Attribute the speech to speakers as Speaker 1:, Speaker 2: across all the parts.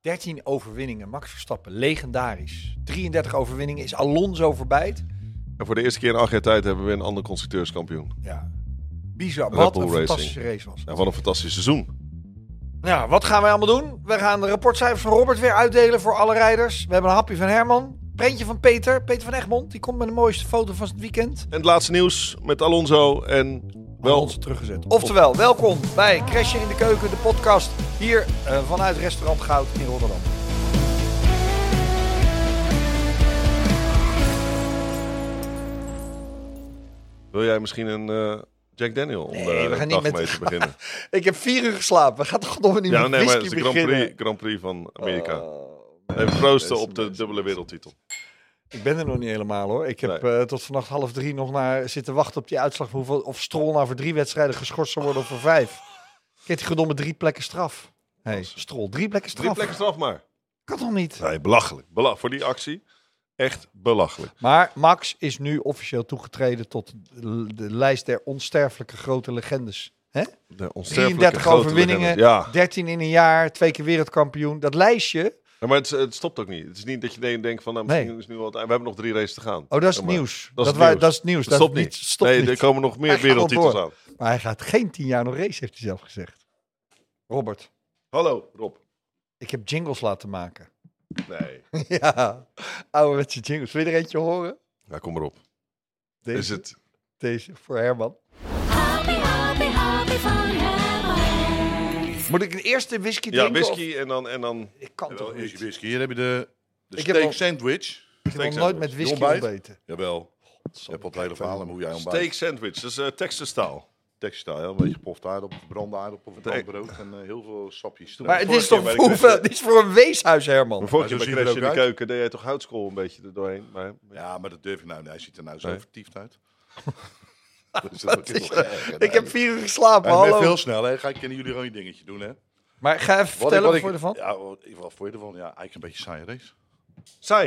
Speaker 1: 13 overwinningen, Max Verstappen, legendarisch. 33 overwinningen, is Alonso verbijt?
Speaker 2: En voor de eerste keer in acht jaar tijd hebben we een ander constructeurskampioen.
Speaker 1: Ja. Bizar,
Speaker 2: Red
Speaker 1: wat
Speaker 2: Bull
Speaker 1: een
Speaker 2: Racing.
Speaker 1: fantastische race was.
Speaker 2: Nou, wat een fantastisch seizoen.
Speaker 1: Nou, wat gaan wij allemaal doen? We gaan de rapportcijfers van Robert weer uitdelen voor alle rijders. We hebben een hapje van Herman, prentje van Peter, Peter van Egmond. Die komt met de mooiste foto van het weekend.
Speaker 2: En het laatste nieuws met Alonso en wel
Speaker 1: onze teruggezet. Oftewel, welkom bij Crashen in de Keuken, de podcast hier eh, vanuit restaurant Goud in Rotterdam.
Speaker 2: Wil jij misschien een eh, Jack Daniel om
Speaker 1: Nee,
Speaker 2: eh,
Speaker 1: we gaan niet
Speaker 2: dag
Speaker 1: met-
Speaker 2: mee te beginnen?
Speaker 1: Ik heb vier uur geslapen. Gaat toch nog niet
Speaker 2: ja,
Speaker 1: met
Speaker 2: nee, maar het
Speaker 1: whisky
Speaker 2: is de Grand
Speaker 1: beginnen?
Speaker 2: Prix, Grand Prix van Amerika.
Speaker 1: Oh,
Speaker 2: Even proosten
Speaker 1: Deze
Speaker 2: op de
Speaker 1: mensen.
Speaker 2: dubbele wereldtitel.
Speaker 1: Ik ben er nog niet helemaal hoor. Ik heb eh, tot vannacht half drie nog naar zitten wachten op die uitslag. van Hoeveel, of Strol nou voor drie wedstrijden geschorst zou worden of voor vijf. Ik heb die gedomme drie plekken straf. Hey, Strol, drie plekken straf.
Speaker 2: Drie plekken straf maar.
Speaker 1: Kan toch niet?
Speaker 2: Nee, belachelijk. Bela voor die actie, echt belachelijk.
Speaker 1: Maar Max is nu officieel toegetreden tot de- de lijst der onsterfelijke grote legendes. Hè?
Speaker 2: De onsterfelijke
Speaker 1: 33
Speaker 2: grote
Speaker 1: overwinningen,
Speaker 2: legende. Ja.
Speaker 1: 13 in een jaar, twee keer wereldkampioen. Dat lijstje,
Speaker 2: Ja, maar het, het stopt ook niet. Het is niet dat je de- denkt van, nou, misschien
Speaker 1: Nee.
Speaker 2: is nu wel het einde. We hebben nog drie races te gaan.
Speaker 1: oh dat is
Speaker 2: Ja,
Speaker 1: het
Speaker 2: maar
Speaker 1: nieuws.
Speaker 2: dat
Speaker 1: Dat,
Speaker 2: is
Speaker 1: wa-
Speaker 2: nieuws.
Speaker 1: dat is het nieuws.
Speaker 2: Het stopt niet.
Speaker 1: stopt
Speaker 2: nee,
Speaker 1: niet.
Speaker 2: er komen nog meer
Speaker 1: Hij gaat
Speaker 2: wereldtitels
Speaker 1: door.
Speaker 2: aan.
Speaker 1: Maar hij gaat geen 10 jaar nog race, heeft hij zelf gezegd. Robert,
Speaker 2: Hallo, Rob.
Speaker 1: ik heb jingles laten maken.
Speaker 2: Nee.
Speaker 1: ja, ouderwetse jingles. Wil je er eentje horen?
Speaker 2: Ja, kom maar op.
Speaker 1: Deze,
Speaker 2: Is het...
Speaker 1: deze voor Herman.
Speaker 3: Happy, happy, happy van Herman.
Speaker 1: Moet ik de eerste whisky
Speaker 2: Ja,
Speaker 1: drinken?
Speaker 2: whisky Oh, en dan... En dan
Speaker 1: Of- Ik kan
Speaker 4: Jawel,
Speaker 1: toch
Speaker 4: eerst
Speaker 1: niet?
Speaker 4: je whisky. Hier heb je de, de
Speaker 1: Ik heb
Speaker 4: steak
Speaker 1: al-
Speaker 4: sandwich.
Speaker 1: Ik heb nog nooit met whisky
Speaker 4: ontbijt.
Speaker 1: ontbeten.
Speaker 4: Jawel. Je hebt wat hele verhalen hoe jij ontbijt.
Speaker 2: steak sandwich, dat is eh Texas taal.
Speaker 4: Textiel, ja, een beetje gepofte aardappel, verbrande aardappel, verbrand brood en eh, heel veel sapjes.
Speaker 1: Maar het is
Speaker 2: vorige
Speaker 1: toch
Speaker 2: keer
Speaker 1: voor,
Speaker 2: bij de
Speaker 1: hoeveel- dit is voor een weeshuis, Herman.
Speaker 2: Maar vorige keer
Speaker 4: Maar
Speaker 2: bij
Speaker 4: zo ziet
Speaker 2: Crash
Speaker 4: het
Speaker 2: in
Speaker 4: er
Speaker 2: de
Speaker 4: ook
Speaker 2: Keuken deed jij toch houtskool een beetje er doorheen. Maar,
Speaker 4: Ja, maar dat durf ik nou niet. Hij ziet er nou zo
Speaker 2: Nee.
Speaker 4: vertiefd uit. Dus dat is ook
Speaker 1: is-
Speaker 4: heel erg, hè.
Speaker 1: Ik heb vier uur geslapen,
Speaker 4: En ik ben
Speaker 1: hallo.
Speaker 4: veel snel, hè. Ga ik kennen jullie gewoon je dingetje doen, hè. Wat
Speaker 1: Maar ga even vertellen wat,
Speaker 4: ik,
Speaker 1: voor je ervan.
Speaker 4: Ja, wat, ik- wat voor je ervan? Ja, eigenlijk een beetje saaie race.
Speaker 2: Zij.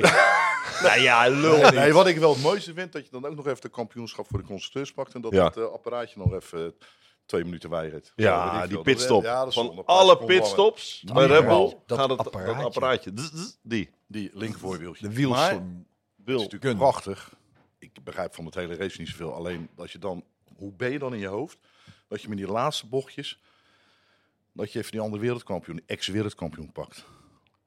Speaker 2: nou ja, lul niet.
Speaker 4: Nee, wat ik wel het mooiste vind, dat je dan ook nog even de kampioenschap voor de constructeurs pakt. En dat
Speaker 2: Ja.
Speaker 4: het eh, apparaatje nog even eh, twee minuten weigert.
Speaker 2: Ja,
Speaker 4: weet ik
Speaker 2: die
Speaker 4: veel. Dat-
Speaker 2: pitstop.
Speaker 4: Ja, dat is zonde.
Speaker 2: Van
Speaker 4: Een paar
Speaker 2: alle
Speaker 4: seconden langer.
Speaker 2: pitstops bij Red Bull
Speaker 1: Dat
Speaker 2: gaat het dat
Speaker 1: apparaatje.
Speaker 2: apparaatje. Dat apparaatje. Zzz, zzz, Die.
Speaker 4: Die linkervoorwieltje.
Speaker 1: De
Speaker 4: Maar
Speaker 1: wiels.
Speaker 4: het
Speaker 2: Wil.
Speaker 4: is natuurlijk prachtig. Ik begrijp van het hele race niet zoveel. Alleen dat je dan, hoe ben je dan in je hoofd? Dat je met die laatste bochtjes, dat je even die andere wereldkampioen, die ex-wereldkampioen pakt.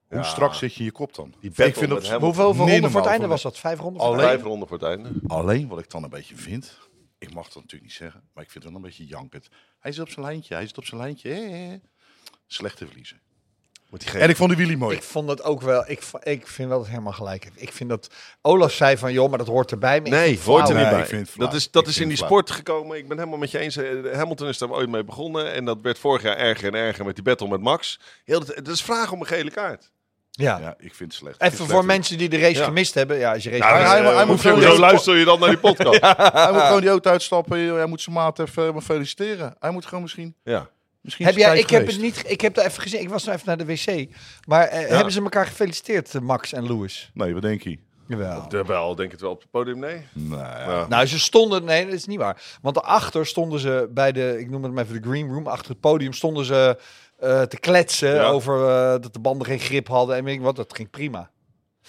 Speaker 4: Hoe
Speaker 2: Ja.
Speaker 4: strak zit je in je kop dan?
Speaker 2: Die battle
Speaker 4: ik vind
Speaker 2: met
Speaker 4: dat
Speaker 2: Hamilton.
Speaker 1: Hoeveel
Speaker 4: Niet
Speaker 1: ronden voor
Speaker 4: normaal
Speaker 1: het einde
Speaker 4: van
Speaker 1: was dat? Vijf ronden voor het
Speaker 4: Alleen-
Speaker 2: Vijf ronden voor het einde.
Speaker 4: Alleen wat ik dan een beetje vind, ik mag dat natuurlijk niet zeggen, maar ik vind het wel een beetje jankend. Hij zit op zijn lijntje, hij zit op zijn lijntje. Eh, eh. Slechte verliezen.
Speaker 2: Moet
Speaker 4: En ik vond de Willy mooi.
Speaker 1: Ik vond dat ook wel. Ik, vo- ik vind wel dat Herman gelijk heeft. Ik vind dat Olaf zei van, joh, maar dat hoort erbij. Maar ik
Speaker 2: Nee,
Speaker 1: vind Nou, het
Speaker 2: hoort er
Speaker 1: flauw.
Speaker 2: niet
Speaker 4: Nee,
Speaker 2: bij.
Speaker 4: ik vind het flauw.
Speaker 2: dat is, dat
Speaker 4: Ik
Speaker 2: is in
Speaker 4: vind
Speaker 2: die
Speaker 4: het
Speaker 2: sport gekomen. Ik ben helemaal met je eens. Eh, Hamilton is daar ooit mee begonnen. En dat werd vorig jaar erger en erger met die battle met Max. Heel, dat, dat is vraag om een gele kaart.
Speaker 1: Ja.
Speaker 4: Ja, ik vind het slecht. Ik
Speaker 1: Even
Speaker 4: vind
Speaker 1: voor
Speaker 4: het slecht.
Speaker 1: mensen die de race
Speaker 2: Ja.
Speaker 1: gemist hebben. Ja, als je race
Speaker 4: Nou,
Speaker 1: gemist
Speaker 4: hij-
Speaker 1: hebt.
Speaker 4: hij moet
Speaker 2: Hoezo
Speaker 4: gewoon deze-
Speaker 2: luister je dan naar die podcast? ja.
Speaker 1: Ah,
Speaker 4: Hij moet gewoon die auto uitstappen. joh. Hij moet zijn maat even eh, feliciteren. Hij moet gewoon misschien... misschien
Speaker 1: Heb
Speaker 4: is het
Speaker 1: jij, ik
Speaker 4: tijd
Speaker 1: heb het
Speaker 4: geweest.
Speaker 1: niet, ik heb daar even gezien. Ik was nou even naar de wc. Maar eh, hebben ze elkaar gefeliciteerd, eh, Max en Lewis?
Speaker 4: Nee, wat denk je?
Speaker 1: Jawel.
Speaker 2: Ja, Wel, denk het wel op het podium, nee.
Speaker 4: Nou,
Speaker 2: Ja.
Speaker 1: Nou, ze stonden, nee, dat is niet waar. Want daarachter stonden ze bij de, ik noem het maar even de green room, achter het podium stonden ze eh, te kletsen
Speaker 2: Ja.
Speaker 1: over eh, dat de banden geen grip hadden en weet ik wat. Dat ging prima.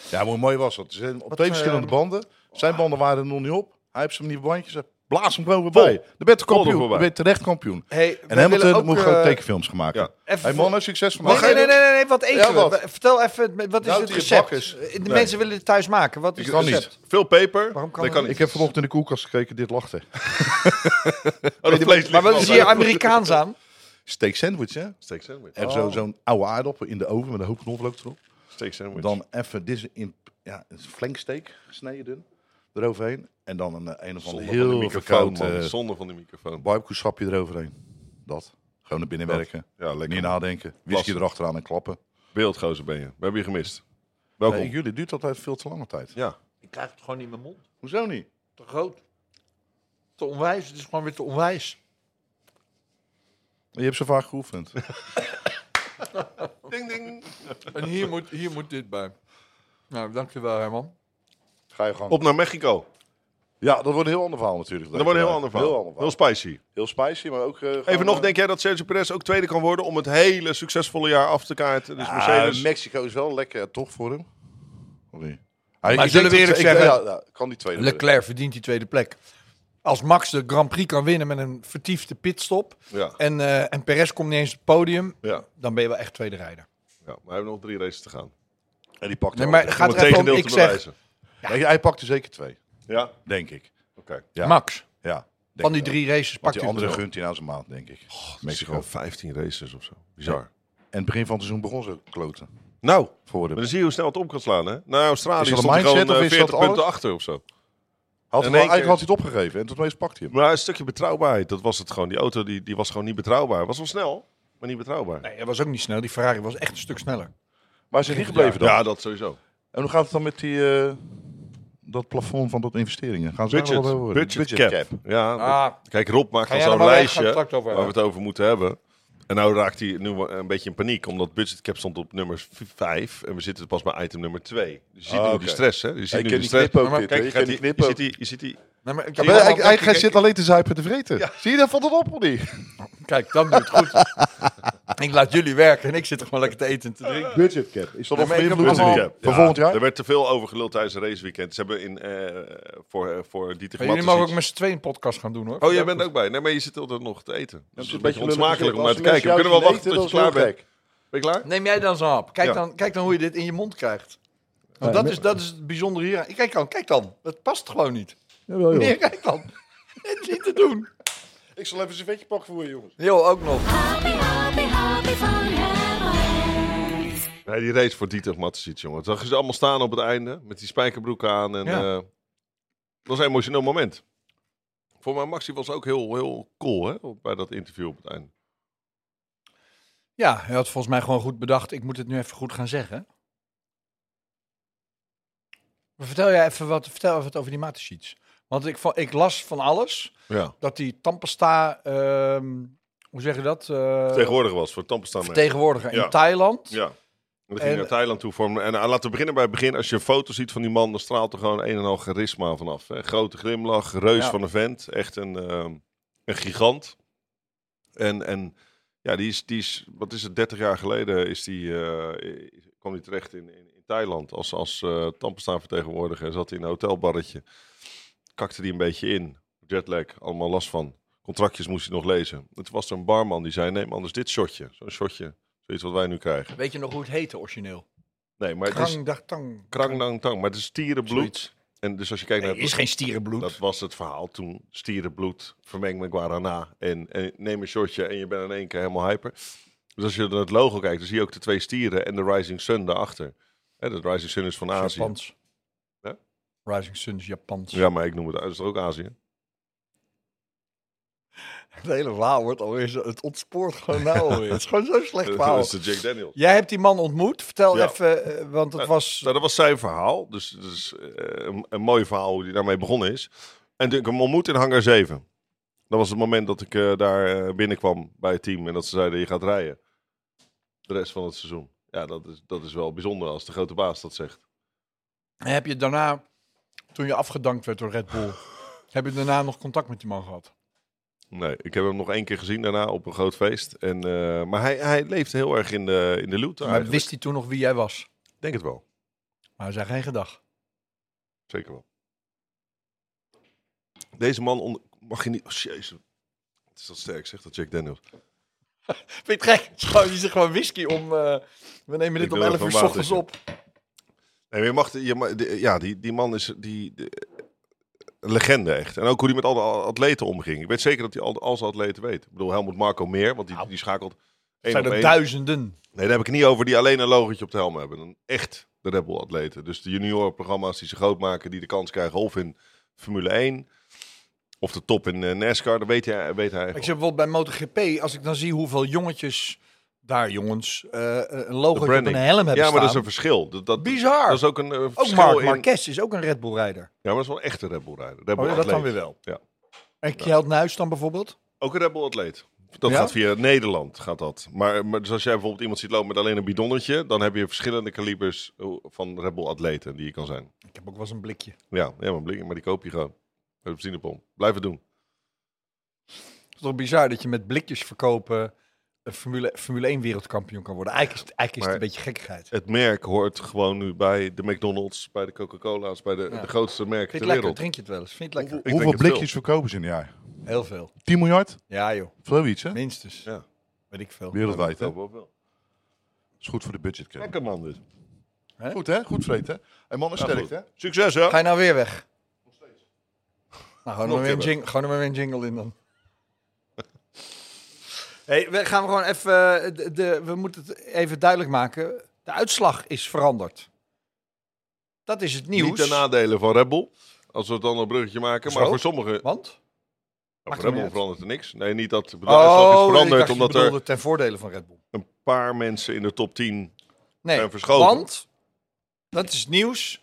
Speaker 4: ja, maar hoe mooi was dat? Ze zijn op
Speaker 1: Wat,
Speaker 4: twee verschillende
Speaker 1: eh,
Speaker 4: banden. Zijn banden waren er nog niet op. Hij heeft zijn nieuwe bandjes. Hij Blaas hem gewoon voorbij. De bent
Speaker 2: Vol er
Speaker 4: kampioen.
Speaker 2: voorbij.
Speaker 4: De bent terecht kampioen.
Speaker 1: Hey,
Speaker 4: En Hamilton moet gewoon
Speaker 1: tekenen.
Speaker 4: tekenfilms gaan maken.
Speaker 2: ja.
Speaker 1: eh, Even
Speaker 4: Hey mannen, succes
Speaker 1: Nee,
Speaker 4: vandaag.
Speaker 1: nee, nee, nee, nee, wat eten
Speaker 4: Ja,
Speaker 1: we?
Speaker 4: wat?
Speaker 1: Vertel even, met- wat is
Speaker 4: Nou,
Speaker 1: het
Speaker 4: die
Speaker 1: recept?
Speaker 4: bakkers.
Speaker 1: De
Speaker 4: Nee.
Speaker 1: mensen willen het thuis maken. Wat is
Speaker 4: Ik
Speaker 1: het
Speaker 4: kan
Speaker 1: recept?
Speaker 4: niet.
Speaker 2: Veel peper.
Speaker 1: Waarom kan
Speaker 2: Nee,
Speaker 1: dat
Speaker 4: Ik heb vanochtend in de koelkast gekeken. Dit lachte.
Speaker 2: Oh, dat vlees ligt
Speaker 1: Maar wat
Speaker 2: wel
Speaker 1: is
Speaker 2: bij
Speaker 1: hier
Speaker 2: de-
Speaker 1: Amerikaans aan?
Speaker 4: Steak sandwich, hè?
Speaker 2: Steak sandwich. Oh,
Speaker 1: Oh.
Speaker 4: Even zo- zo'n oude aardappel in de oven met een hoop knoflook erop.
Speaker 2: Steak sandwich.
Speaker 4: Dan even dit is in ja, een flanksteak gesneden dun, eroverheen. En dan een, eh, een of
Speaker 2: Zonde
Speaker 4: andere
Speaker 2: van die
Speaker 4: heel
Speaker 2: microfoon,
Speaker 4: verkoud
Speaker 2: man.
Speaker 4: eh
Speaker 2: Zonde van die microfoon.
Speaker 4: barbecue sapje eroverheen. Dat. Gewoon naar binnen
Speaker 2: Dat.
Speaker 4: werken.
Speaker 2: Ja, lekker.
Speaker 4: Niet
Speaker 2: man.
Speaker 4: nadenken. Whisky
Speaker 2: Klasse.
Speaker 4: erachteraan en klappen.
Speaker 2: Beeldgozer ben je. We hebben je gemist. Welkom.
Speaker 4: Hey, jullie duurt altijd veel te lange tijd.
Speaker 2: Ja.
Speaker 1: Ik krijg het gewoon niet in mijn mond.
Speaker 4: Hoezo niet?
Speaker 1: Te groot. Te onwijs. Het is gewoon weer te onwijs.
Speaker 4: Je hebt zo vaak geoefend.
Speaker 2: Ding, ding.
Speaker 5: En hier moet, hier moet dit bij. Nou, dankjewel Herman.
Speaker 4: Ga je gang.
Speaker 2: Op naar Mexico.
Speaker 4: Ja, dat wordt een heel ander verhaal natuurlijk.
Speaker 2: Dat wordt een heel ander verhaal.
Speaker 4: Heel,
Speaker 2: Heel,
Speaker 4: ander verhaal.
Speaker 2: spicy.
Speaker 4: heel spicy, maar ook... eh, gewoon,
Speaker 2: Even nog,
Speaker 4: eh,
Speaker 2: denk jij dat Sergio Perez ook tweede kan worden om het hele succesvolle jaar af te kaarten? Dus
Speaker 4: ah,
Speaker 2: Mercedes.
Speaker 4: Mexico is wel lekker toch voor hem. Of niet? Hij,
Speaker 1: Maar
Speaker 4: ik
Speaker 1: zullen
Speaker 4: denk
Speaker 1: we eerlijk
Speaker 4: dat- ik-
Speaker 1: zeggen-
Speaker 4: Ja, ja, kan die tweede. worden.
Speaker 1: Leclerc verdient die tweede plek. Als Max de Grand Prix kan winnen met een vertiefde pitstop
Speaker 2: Ja,
Speaker 1: en, eh en Perez komt niet eens op het podium,
Speaker 2: ja,
Speaker 1: dan ben je wel echt tweede rijder.
Speaker 2: ja, maar we hebben nog drie races te gaan.
Speaker 4: En die pakt
Speaker 1: Nee,
Speaker 4: er
Speaker 1: maar
Speaker 4: ook-
Speaker 1: gaat
Speaker 2: om
Speaker 1: er
Speaker 2: het
Speaker 1: even om,
Speaker 2: tegendeel
Speaker 1: ik
Speaker 2: te
Speaker 1: zeg-
Speaker 2: bewijzen.
Speaker 4: Nee, hij pakt er zeker twee,
Speaker 2: Ja, oké.
Speaker 4: denk ik. Ja.
Speaker 1: Max,
Speaker 4: Ja, denk
Speaker 1: van die
Speaker 4: ik wel.
Speaker 1: drie races
Speaker 4: Want
Speaker 1: pakt
Speaker 4: die
Speaker 1: hij
Speaker 4: andere
Speaker 1: andere
Speaker 4: gunt hij na zijn maand, denk ik.
Speaker 2: Mexico
Speaker 4: Mexico.
Speaker 2: 15 races of zo. Bizar.
Speaker 4: En het begin van het seizoen begon ze kloten
Speaker 2: Nou,
Speaker 4: voor
Speaker 2: maar
Speaker 4: hem.
Speaker 2: dan zie je hoe snel het op kan slaan, hè? Nou, Australië
Speaker 4: Is dat
Speaker 2: stond
Speaker 4: een
Speaker 2: er gewoon
Speaker 4: mindset of
Speaker 2: eh,
Speaker 4: is
Speaker 2: 40
Speaker 4: dat
Speaker 2: punten
Speaker 4: alles?
Speaker 2: achter of zo.
Speaker 4: Had
Speaker 2: In
Speaker 4: hem,
Speaker 2: één
Speaker 4: wel- eigenlijk
Speaker 2: keer.
Speaker 4: had hij het opgegeven en tot meest pakt hij hem.
Speaker 2: Maar een stukje betrouwbaarheid, dat was het gewoon. Die auto die, die was gewoon niet betrouwbaar. Was wel snel, maar niet betrouwbaar.
Speaker 1: Nee, dat was ook niet snel. Die Ferrari was echt een stuk sneller.
Speaker 4: Maar ze is niet gebleven dan.
Speaker 2: Ja, dat sowieso.
Speaker 4: En hoe gaat het dan met die, eh, dat plafond van dat investeringen? Gaan ze daar
Speaker 2: Budget,
Speaker 4: wel over?
Speaker 2: budget, cap. Ja, dat-
Speaker 4: Ah,
Speaker 2: Kijk, Rob maakt
Speaker 1: Ga
Speaker 2: al
Speaker 1: jij
Speaker 2: zo'n
Speaker 1: er maar weg,
Speaker 2: lijstje
Speaker 1: gaan we
Speaker 2: waar
Speaker 1: het straks over
Speaker 2: we het over moeten hebben. En nou raakt hij nu wel een beetje in paniek, omdat budget cap stond op nummer 5 en we zitten pas bij item nummer 2. Dus je ziet
Speaker 4: Ah,
Speaker 2: nu
Speaker 4: oké.
Speaker 2: die stress, hè? Je ziet
Speaker 4: Ik
Speaker 2: nu
Speaker 4: ken
Speaker 2: die
Speaker 4: die
Speaker 2: stress.
Speaker 4: knip ook
Speaker 1: Maar
Speaker 4: dit,
Speaker 2: Kijk,
Speaker 4: hè? Je
Speaker 2: gaat
Speaker 4: kent
Speaker 2: die-
Speaker 4: die
Speaker 2: je
Speaker 4: knip ook.
Speaker 2: ziet die, je ziet die,
Speaker 1: Nee, maar ik
Speaker 4: Ja,
Speaker 1: heb
Speaker 4: maar
Speaker 1: wel-
Speaker 4: hij- hij-
Speaker 1: kijk,
Speaker 4: hij
Speaker 1: kijk,
Speaker 4: zit alleen te zuipen en te vreten. Zie je, daar valt het op, of niet?
Speaker 1: Kijk, dan doet het goed. ik laat jullie werken en ik zit gewoon lekker te eten en te drinken.
Speaker 4: Budget cap. Is dat
Speaker 1: Ja,
Speaker 4: nog
Speaker 1: maar ik
Speaker 4: meer
Speaker 1: heb
Speaker 4: invloed
Speaker 1: allemaal-
Speaker 4: voor voor volgend
Speaker 2: Er
Speaker 4: jaar?
Speaker 2: werd te veel over geluld tijdens het raceweekend. Ze hebben in, eh voor, eh, voor Dieter
Speaker 1: Maar jullie mogen ook
Speaker 2: Glatteziets-
Speaker 1: met z'n tweeën een podcast gaan doen hoor.
Speaker 2: Oh, jij bent ook bij. Nee, maar je zit altijd nog te eten. Dus het is een beetje
Speaker 4: lullig.
Speaker 2: onsmakelijk om naar
Speaker 4: Als
Speaker 2: te
Speaker 4: mensen
Speaker 2: kijken. We kunnen wel
Speaker 4: juist
Speaker 2: wachten tot je
Speaker 4: niet
Speaker 2: klaar
Speaker 4: eten,
Speaker 2: bent. Ben je klaar?
Speaker 1: Neem jij dan zo'n hap. Kijk,
Speaker 2: Ja.
Speaker 1: dan, kijk dan hoe je dit in je mond krijgt. Want dat, is, dat is het bijzondere hier. Kijk dan, kijk dan. Het past gewoon niet.
Speaker 4: dat is heel gek.
Speaker 1: Nee, kijk dan. Het is niet te doen.
Speaker 4: Ik zal even een vetje pakken voor je, jongens.
Speaker 1: Jo, ook nog.
Speaker 3: Happy, happy, happy van Herman.
Speaker 2: Nee, die race voor Dieter Matasic, jongen. Zag je ze allemaal staan op het einde met die spijkerbroeken aan. En,
Speaker 1: Ja.
Speaker 2: eh, dat was een emotioneel moment. Voor mij, Maxi was ook heel, heel cool hè, op- bij dat interview op het einde.
Speaker 1: Ja, hij had volgens mij gewoon goed bedacht. Ik moet het nu even goed gaan zeggen. Maar vertel jij even wat, vertel even wat over die matensheets. Want ik, vo- ik las van alles
Speaker 2: Ja.
Speaker 1: dat die Tampesta, ehm, hoe zeg je dat? Eh,
Speaker 2: Tegenwoordig was voor Tampestaan.
Speaker 1: vertegenwoordiger in
Speaker 2: Ja.
Speaker 1: Thailand.
Speaker 2: Ja. En dan ging
Speaker 1: En-
Speaker 2: je naar Thailand toe voor hem. En eh, laten we beginnen bij het begin. Als je foto's ziet van die man, dan straalt er gewoon een en al charisma vanaf. Hè. Grote glimlach, reus
Speaker 1: Ja.
Speaker 2: van een vent. Echt een, ehm, een gigant. En, en ja, die is, die is, wat is het, 30 jaar geleden is die, eh, kwam hij terecht in, in, in Thailand. Als, als eh Tampestaan vertegenwoordiger zat hij in een hotelbarretje. Kakte die een beetje in. Jetlag, allemaal last van. Contractjes moest hij nog lezen. Het was er een barman die zei, neem anders dit shotje. Zo'n shotje, zoiets wat wij nu krijgen.
Speaker 1: Weet je nog hoe het heette origineel?
Speaker 2: Nee, maar het is
Speaker 1: Krang dag tang.
Speaker 2: krang dang tang, maar het is stierenbloed.
Speaker 1: Zoiets.
Speaker 2: En dus als je kijkt
Speaker 1: Nee,
Speaker 2: naar
Speaker 1: is geen stierenbloed.
Speaker 2: dat was het verhaal toen. Stierenbloed, vermengd met guarana en, en neem een shotje en je bent in één keer helemaal hyper. Dus als je naar het logo kijkt, dan zie je ook de twee stieren en de Rising Sun daarachter. Hè, de Rising Sun is van Azië.
Speaker 1: Japans.
Speaker 2: Hè?
Speaker 1: Rising Sun is Japans.
Speaker 2: Ja, maar ik noem het, dat is toch ook Azië?
Speaker 1: Het hele verhaal wordt alweer, zo- het ontspoort gewoon nou alweer. Het is gewoon zo'n slecht verhaal.
Speaker 2: dat is de Jack Daniels.
Speaker 1: Jij hebt die man ontmoet, vertel
Speaker 2: Ja.
Speaker 1: even, eh, want het
Speaker 2: Eh,
Speaker 1: was...
Speaker 2: Nou, dat was zijn verhaal. Dus, dus eh, een, een mooi verhaal hoe hij daarmee begonnen is. En toen ik hem ontmoette in Hangar 7. Dat was het moment dat ik eh, daar eh, binnenkwam bij het team. En dat ze zeiden, je gaat rijden. De rest van het seizoen. Ja, dat is, dat is wel bijzonder als de grote baas dat zegt.
Speaker 1: En Heb je daarna, toen je afgedankt werd door Red Bull, heb je daarna nog contact met die man gehad?
Speaker 2: Nee, ik heb hem nog één keer gezien daarna op een groot feest. En, eh, maar hij, hij leeft heel erg in de, in de loot
Speaker 1: Maar
Speaker 2: eigenlijk.
Speaker 1: wist hij toen nog wie jij was?
Speaker 2: Ik denk het wel.
Speaker 1: Maar hij zei geen gedag.
Speaker 2: Zeker wel. Deze man on- mag je niet... Oh, jezus. Het is dat sterk, zegt dat Jack Daniels.
Speaker 1: Vind je het gek? Het is gewoon- Die zegt gewoon whisky om... eh, we nemen
Speaker 2: Ik
Speaker 1: dit om
Speaker 2: wil
Speaker 1: 11
Speaker 2: even
Speaker 1: uur
Speaker 2: een
Speaker 1: 's ochtends op.
Speaker 2: watertje. Nee, maar je mag, je ma- de- ja, die, die man is die, de- een legende echt. En ook hoe hij met alle atleten omging. Ik weet zeker dat hij al, al zijn atleten weet. Ik bedoel, Helmut Marco meer, want die,
Speaker 1: Nou,
Speaker 2: die schakelt
Speaker 1: Het
Speaker 2: één
Speaker 1: zijn
Speaker 2: op
Speaker 1: er
Speaker 2: één.
Speaker 1: duizenden.
Speaker 2: nee, daar heb ik het niet over die alleen een logotje op de helm hebben. Dan echt de Red Bull atleten. Dus de juniorprogramma's die ze groot maken, die de kans krijgen of in Formule 1... Of de top in eh, NASCAR, dat weet hij, weet hij
Speaker 1: Ik
Speaker 2: eigenlijk.
Speaker 1: zeg bijvoorbeeld bij MotoGP, als ik dan zie hoeveel jongetjes, daar jongens, eh, een
Speaker 2: De
Speaker 1: logo op een
Speaker 2: branding.
Speaker 1: helm hebben
Speaker 2: Ja, maar dat is
Speaker 1: staan.
Speaker 2: een verschil. Dat, dat,
Speaker 1: Bizar.
Speaker 2: Dat is ook een eh,
Speaker 1: Ook
Speaker 2: verschil
Speaker 1: Mark
Speaker 2: in-
Speaker 1: Marquez is ook een Red Bull rijder.
Speaker 2: Ja, maar dat is wel een echte Red Bull rijder. Red
Speaker 1: Oh,
Speaker 2: Bull
Speaker 1: ja, dat
Speaker 2: atleet.
Speaker 1: dan weer wel.
Speaker 2: Ja.
Speaker 1: En Kjeld Nuis dan bijvoorbeeld?
Speaker 2: Ook een rebel atleet. Dat
Speaker 1: Ja?
Speaker 2: gaat via Nederland, gaat dat. Maar, maar dus als jij bijvoorbeeld iemand ziet lopen met alleen een bidonnetje, dan heb je verschillende kalibers eh, van rebel atleten die je kan zijn.
Speaker 1: Ik heb ook wel eens een blikje.
Speaker 2: Ja, ja maar, blik- maar die koop je gewoon. de benzinepomp. Blijf het doen.
Speaker 1: Het is toch bizar dat je met blikjes verkopen een Formule, Formule 1 wereldkampioen kan worden. Eigenlijk is het, eigenlijk is het
Speaker 2: Maar-
Speaker 1: een beetje gekkigheid.
Speaker 2: Het merk hoort gewoon nu bij de McDonald's, bij de Coca-Cola's, bij de,
Speaker 1: Ja.
Speaker 2: de grootste
Speaker 1: Vind
Speaker 2: merken
Speaker 1: je
Speaker 2: ter
Speaker 1: het lekker?
Speaker 2: wereld.
Speaker 1: Drink je het wel eens? Vind je het lekker?
Speaker 2: denk
Speaker 4: Hoeveel
Speaker 2: het wel.
Speaker 4: blikjes verkopen ze in een jaar?
Speaker 1: Heel veel.
Speaker 4: 10 miljard?
Speaker 1: Ja joh,
Speaker 4: Zoiets, hè?
Speaker 1: minstens.
Speaker 2: Ja.
Speaker 1: Weet ik veel.
Speaker 4: Wereldwijd, hè?
Speaker 2: Ja, wel, wel.
Speaker 4: Is goed voor de budget. Kevin.
Speaker 2: Lekker man dit.
Speaker 1: hè?
Speaker 4: Goed, hè? Goed vreten, hè? En mannen
Speaker 2: Ja,
Speaker 4: sterk,
Speaker 2: goed.
Speaker 4: hè?
Speaker 2: Succes hè.
Speaker 1: Ga je nou weer weg? Nou, gewoon er maar
Speaker 2: Nog
Speaker 1: weer een
Speaker 2: weer
Speaker 1: jing- gewoon er maar weer een jingle in dan. Hey, we gaan gewoon even. eh, De, de- we moeten het even duidelijk maken. De uitslag is veranderd. Dat is het nieuws.
Speaker 2: Niet ten nadelen van Red Bull. Als we het dan een bruggetje maken. Maar
Speaker 1: Zo?
Speaker 2: voor sommigen...
Speaker 1: Want?
Speaker 2: Nou,
Speaker 1: Maakt het
Speaker 2: voor Red
Speaker 1: niet
Speaker 2: Bull
Speaker 1: uit. Oh,
Speaker 2: verandert er niks. Nee, niet dat de uitslag is veranderd omdat er
Speaker 1: ten voordele van Red Bull.
Speaker 2: een paar mensen in de top 10...
Speaker 1: Nee,
Speaker 2: zijn verschoven.
Speaker 1: want dat is het nieuws.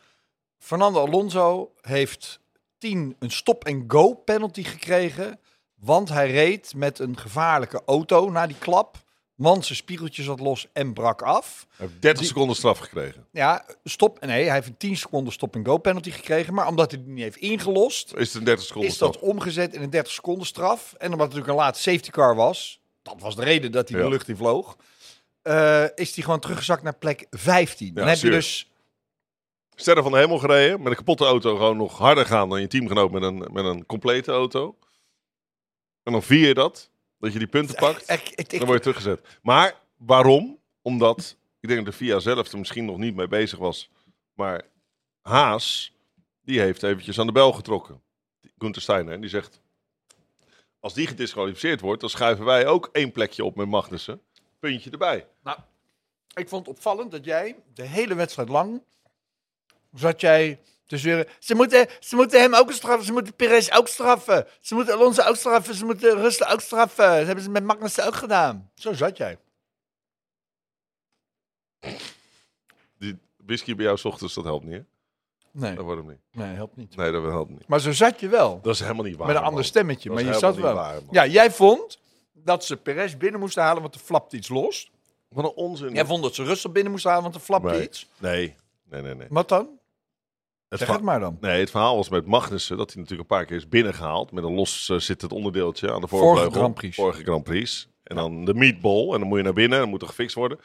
Speaker 1: Fernando Alonso heeft 10 een stop-and-go penalty gekregen. Want hij reed met een gevaarlijke auto na die klap. Want zijn spiegeltje zat los en brak af.
Speaker 2: 30
Speaker 1: Die-
Speaker 2: seconden straf gekregen.
Speaker 1: Ja, stop. Nee, hij heeft een 10 seconden stop-and-go penalty gekregen. Maar omdat hij die niet heeft ingelost,
Speaker 2: Is het een 30 seconden
Speaker 1: is dat
Speaker 2: straf?
Speaker 1: omgezet in een 30 seconden straf. En omdat het natuurlijk een laat safety car was, dat was de reden dat hij de
Speaker 2: Ja.
Speaker 1: lucht in vloog, eh, is hij gewoon teruggezakt naar plek 15. Dan
Speaker 2: Ja,
Speaker 1: heb je
Speaker 2: serieus.
Speaker 1: dus
Speaker 2: Sterren van de hemel gereden. Met een kapotte auto gewoon nog harder gaan dan je teamgenoot met een, met een complete auto. En dan vier je dat. Dat je die punten pakt.
Speaker 1: Ik, ik, ik-
Speaker 2: Dan word je teruggezet. Maar waarom? Omdat, ik denk dat de VIA zelf er misschien nog niet mee bezig was. Maar Haas, die heeft eventjes aan de bel getrokken. Gunther Steiner, die zegt... Als die gedisqualificeerd wordt, dan schuiven wij ook één plekje op met Magnussen. Puntje erbij.
Speaker 1: nou, ik vond het opvallend dat jij de hele wedstrijd lang zat jij te zeuren. Ze moeten, ze moeten hem ook straffen, ze moeten Perez ook straffen. Ze moeten Alonso ook straffen, ze moeten Russell ook straffen. Dat hebben ze met Magnussen ook gedaan. Zo zat jij.
Speaker 2: Die whisky bij jou 's ochtends, dat helpt niet, hè?
Speaker 1: Nee,
Speaker 2: Dat wordt hem niet.
Speaker 1: nee helpt niet.
Speaker 2: Nee, dat helpt niet.
Speaker 1: Maar zo zat je wel.
Speaker 2: Dat is helemaal niet waar.
Speaker 1: met een
Speaker 2: man.
Speaker 1: ander stemmetje,
Speaker 2: Dat
Speaker 1: maar
Speaker 2: is
Speaker 1: je zat
Speaker 2: helemaal
Speaker 1: wel.
Speaker 2: niet waar, man.
Speaker 1: ja, jij vond dat ze Perez binnen moesten halen, want er flapte iets los.
Speaker 2: Wat een onzin.
Speaker 1: Jij vond dat ze Russell binnen moesten halen, want er flapte
Speaker 2: Nee.
Speaker 1: iets.
Speaker 2: Nee, nee, nee. nee.
Speaker 1: Wat dan?
Speaker 2: Het
Speaker 1: Zeg
Speaker 2: va-
Speaker 1: het maar dan.
Speaker 2: Nee, het verhaal was met Magnussen dat hij natuurlijk een paar keer is binnengehaald. Met een los eh, zit het onderdeeltje aan de
Speaker 1: Vorige
Speaker 2: voorvleugel.
Speaker 1: Grand Prix.
Speaker 2: Vorige Grand Prix. En dan de meatball. En dan moet je naar binnen en dan moet er gefixt worden.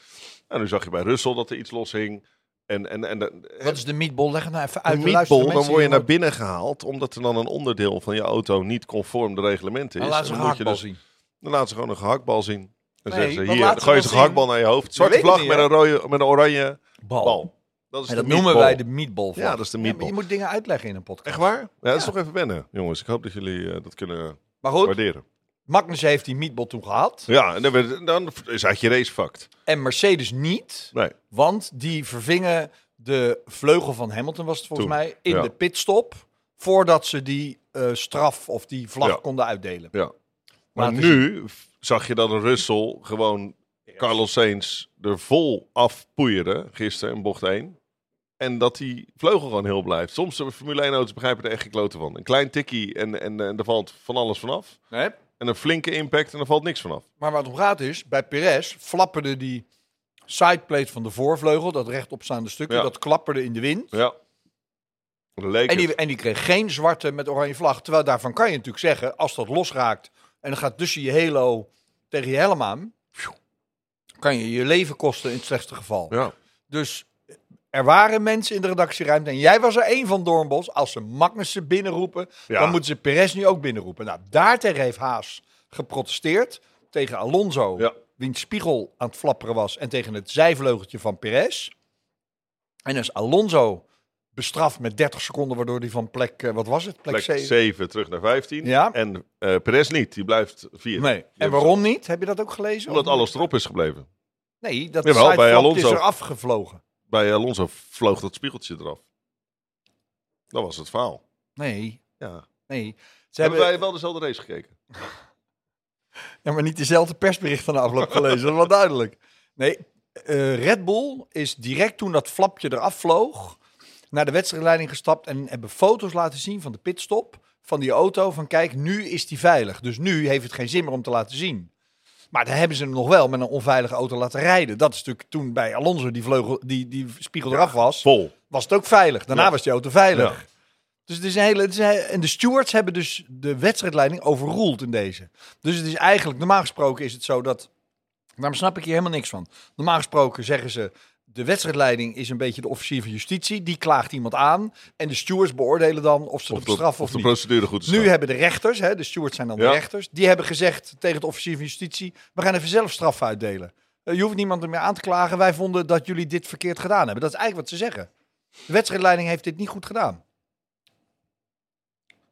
Speaker 2: En nu zag je bij Russell dat er iets los hing. En, en, en, de-
Speaker 1: Wat is de meatball? Leg het nou even uit.
Speaker 2: een
Speaker 1: We luisteren
Speaker 2: meatball, dan
Speaker 1: mensen
Speaker 2: word je
Speaker 1: hier
Speaker 2: naar binnen gehaald. Omdat er dan een onderdeel van je auto niet conform de reglementen
Speaker 1: Dan
Speaker 2: is.
Speaker 1: Nou, laat ze
Speaker 2: En
Speaker 1: een
Speaker 2: dan moet je
Speaker 1: haakbal
Speaker 2: dus-
Speaker 1: zien.
Speaker 2: Dan laten ze gewoon een gehaktbal zien. En
Speaker 1: Nee,
Speaker 2: zeggen ze,
Speaker 1: dan
Speaker 2: hier,
Speaker 1: laten ze
Speaker 2: gooi je
Speaker 1: wel
Speaker 2: een gehaktbal
Speaker 1: zien.
Speaker 2: naar je hoofd. Zwarte
Speaker 1: weten
Speaker 2: vlag
Speaker 1: niet,
Speaker 2: met
Speaker 1: hè?
Speaker 2: een, rode, met een oranje
Speaker 1: Bal.
Speaker 2: bal. Dat, is
Speaker 1: En
Speaker 2: de
Speaker 1: dat noemen
Speaker 2: meatball.
Speaker 1: wij de meatball.
Speaker 2: Ja, dat is
Speaker 1: Ja,
Speaker 2: de
Speaker 1: maar
Speaker 2: meatball.
Speaker 1: je moet dingen uitleggen in een podcast.
Speaker 2: Echt waar? Ja, dat is
Speaker 1: Ja.
Speaker 2: toch even wennen, jongens. Ik hoop dat jullie eh, dat kunnen
Speaker 1: Maar goed,
Speaker 2: waarderen.
Speaker 1: Magnus heeft die meatball toen gehad.
Speaker 2: Ja, en dan, werd- dan is eigenlijk je race fucked.
Speaker 1: En Mercedes niet.
Speaker 2: Nee,
Speaker 1: Want die vervingen de vleugel van Hamilton, was het volgens
Speaker 2: Toen,
Speaker 1: mij, in
Speaker 2: ja.
Speaker 1: de pitstop. Voordat ze die eh, straf of die vlag
Speaker 2: Ja.
Speaker 1: konden uitdelen.
Speaker 2: ja. Maar
Speaker 1: Laten
Speaker 2: nu f- zag je dat een Russell gewoon Carlos Sainz er vol afpoeierde gisteren in bocht 1. En dat die vleugel gewoon heel blijft. Soms de Formule 1-auto's begrijpen er echt gekloten van. Een klein tikkie en, en, en er valt van alles vanaf.
Speaker 1: Nee,
Speaker 2: En een flinke impact en er valt niks vanaf.
Speaker 1: Maar waar het om gaat is, bij Perez flapperde die sideplate van de voorvleugel, dat rechtopstaande stukje,
Speaker 2: Ja.
Speaker 1: dat klapperde in de wind.
Speaker 2: Ja. Dat leek
Speaker 1: En
Speaker 2: het.
Speaker 1: die, en die kreeg geen zwarte met oranje vlag. Terwijl daarvan kan je natuurlijk zeggen, als dat losraakt en dan gaat tussen je halo tegen je helm aan, pjoe, kan je je leven kosten in het slechtste geval.
Speaker 2: Ja.
Speaker 1: Dus er waren mensen in de redactieruimte en jij was er één van Doornbos. Als ze Magnussen binnenroepen,
Speaker 2: Ja.
Speaker 1: dan moeten ze Perez nu ook binnenroepen. Nou, daartegen heeft Haas geprotesteerd tegen Alonso,
Speaker 2: Ja.
Speaker 1: wiens spiegel aan het flapperen was, en tegen het zijvleugeltje van Perez. En dus Alonso bestraft met 30 seconden, waardoor hij van plek, eh, wat was het, plek,
Speaker 2: Plek
Speaker 1: 7?
Speaker 2: 7 terug naar 15.
Speaker 1: Ja.
Speaker 2: En eh Perez niet, die blijft 4.
Speaker 1: Nee. En waarom niet? Heb je dat ook gelezen?
Speaker 2: dus- Omdat
Speaker 1: Of-
Speaker 2: alles erop is gebleven.
Speaker 1: Nee, dat
Speaker 2: Jawel, bij
Speaker 1: sideflap is
Speaker 2: Alonso.
Speaker 1: er afgevlogen.
Speaker 2: Bij Alonso vloog dat spiegeltje eraf. Dat was het verhaal.
Speaker 1: Nee,
Speaker 2: Ja.
Speaker 1: nee. Ze
Speaker 2: Hebben wij wel dezelfde race gekeken?
Speaker 1: Ja, maar niet dezelfde persbericht van de afloop gelezen. Dat is wel duidelijk. Nee, eh, Red Bull is direct toen dat flapje eraf vloog... naar de wedstrijdleiding gestapt en hebben foto's laten zien van de pitstop... van die auto, van kijk, nu is die veilig. Dus nu heeft het geen zin meer om te laten zien. Maar dan hebben ze hem nog wel met een onveilige auto laten rijden. Dat is natuurlijk toen bij Alonso die, vleugel, die, die spiegel eraf was...
Speaker 2: Vol.
Speaker 1: was het ook veilig. Daarna
Speaker 2: Ja.
Speaker 1: was die auto veilig. Dus het is een hele, het is een he- en de stewards hebben dus de wedstrijdleiding overroeld in deze. Dus het is eigenlijk, normaal gesproken is het zo dat, daarom snap ik hier helemaal niks van. Normaal gesproken zeggen ze, de wedstrijdleiding is een beetje de officier van justitie. Die klaagt iemand aan en de stewards beoordelen dan of ze
Speaker 2: Of
Speaker 1: het
Speaker 2: de,
Speaker 1: bestraffen
Speaker 2: of
Speaker 1: of,
Speaker 2: de
Speaker 1: niet.
Speaker 2: procedure goed is.
Speaker 1: Nu hebben de rechters, hè, de stewards zijn dan
Speaker 2: Ja.
Speaker 1: de rechters, die hebben gezegd tegen de officier van justitie, we gaan even zelf straf uitdelen. Eh, Je hoeft niemand meer aan te klagen. Wij vonden dat jullie dit verkeerd gedaan hebben. Dat is eigenlijk wat ze zeggen. De wedstrijdleiding heeft dit niet goed gedaan.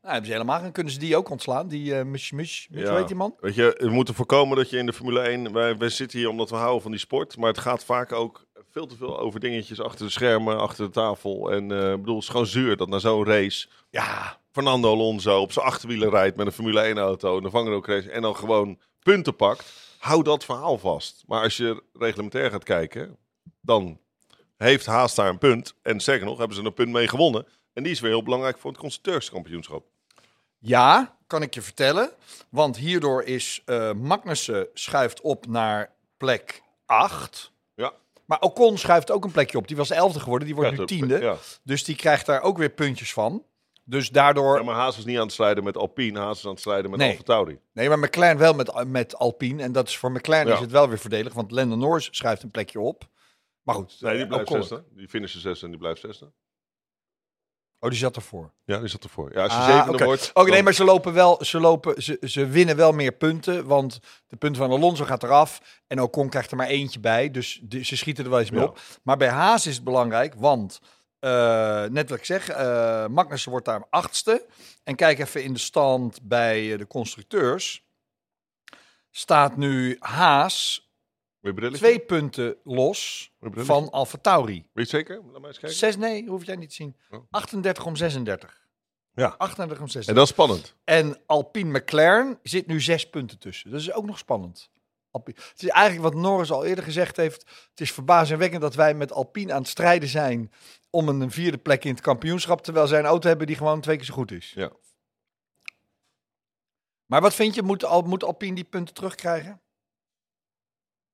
Speaker 1: Nou, hebben ze helemaal gaan. Kunnen ze die ook ontslaan? Die eh mush, mush, mush,
Speaker 2: Ja.
Speaker 1: weet die man?
Speaker 2: Weet je, we moeten voorkomen dat je in de Formule 1... Wij, wij zitten hier omdat we houden van die sport. Maar het gaat vaak ook veel te veel over dingetjes achter de schermen, achter de tafel. En eh, ik bedoel, het is gewoon zuur dat na zo'n race...
Speaker 1: Ja,
Speaker 2: Fernando Alonso op zijn achterwielen rijdt met een Formule 1-auto... in de vangrail race en dan gewoon punten pakt. Hou dat verhaal vast. Maar als je reglementair gaat kijken, dan heeft Haas daar een punt. En zeker nog, hebben ze een punt mee gewonnen. En die is weer heel belangrijk voor het constructeurskampioenschap.
Speaker 1: ja, kan ik je vertellen. Want hierdoor is eh, Magnussen schuift op naar plek 8.
Speaker 2: Ja.
Speaker 1: Maar Ocon schuift ook een plekje op. Die was 11e geworden, die wordt nu
Speaker 2: Ja,
Speaker 1: tiende.
Speaker 2: Ja.
Speaker 1: Dus die krijgt daar ook weer puntjes van. Dus daardoor...
Speaker 2: Ja, maar Haas was niet aan het strijden met Alpine. Haas is aan het strijden met
Speaker 1: Nee.
Speaker 2: Alfa Tauri.
Speaker 1: Nee, maar McLaren wel met, met Alpine. En dat is voor McLaren
Speaker 2: Ja.
Speaker 1: is het wel weer voordelig. Want Lando Norris schuift een plekje op. Maar goed.
Speaker 2: Nee, die
Speaker 1: eh,
Speaker 2: blijft
Speaker 1: Ocon.
Speaker 2: zesde. Die finishen zesde en die blijft zesde.
Speaker 1: Oh, die zat ervoor.
Speaker 2: Ja, die zat ervoor. Ja, als je
Speaker 1: Ah,
Speaker 2: zevende
Speaker 1: oké.
Speaker 2: wordt...
Speaker 1: Oké, nee,
Speaker 2: dan-
Speaker 1: maar ze lopen wel, ze, lopen, ze, ze winnen wel meer punten, want de punten van Alonso gaat eraf en Ocon krijgt er maar eentje bij, dus de- ze schieten er wel eens mee
Speaker 2: Ja.
Speaker 1: op. Maar bij Haas is het belangrijk, want eh, net wat ik zeg, eh Magnussen wordt daar achtste. En kijk even in de stand bij eh, de constructeurs. Staat nu Haas
Speaker 2: Weer brilletje?
Speaker 1: twee punten los
Speaker 2: Weer brilletje?
Speaker 1: van Alfa Tauri.
Speaker 2: Weet je het zeker? Laat mij eens kijken.
Speaker 1: Zes, nee, hoef jij niet te zien.
Speaker 2: Oh.
Speaker 1: 38 om 36.
Speaker 2: Ja.
Speaker 1: 38 om 36.
Speaker 2: En dat is spannend.
Speaker 1: En Alpine McLaren zit nu zes punten tussen. Dat is ook nog spannend. Alpine. Het is eigenlijk wat Norris al eerder gezegd heeft. Het is verbazingwekkend dat wij met Alpine aan het strijden zijn om een vierde plek in het kampioenschap, terwijl zij een auto hebben die gewoon twee keer zo goed is.
Speaker 2: Ja.
Speaker 1: Maar wat vind je? Moet, Al- moet Alpine die punten terugkrijgen?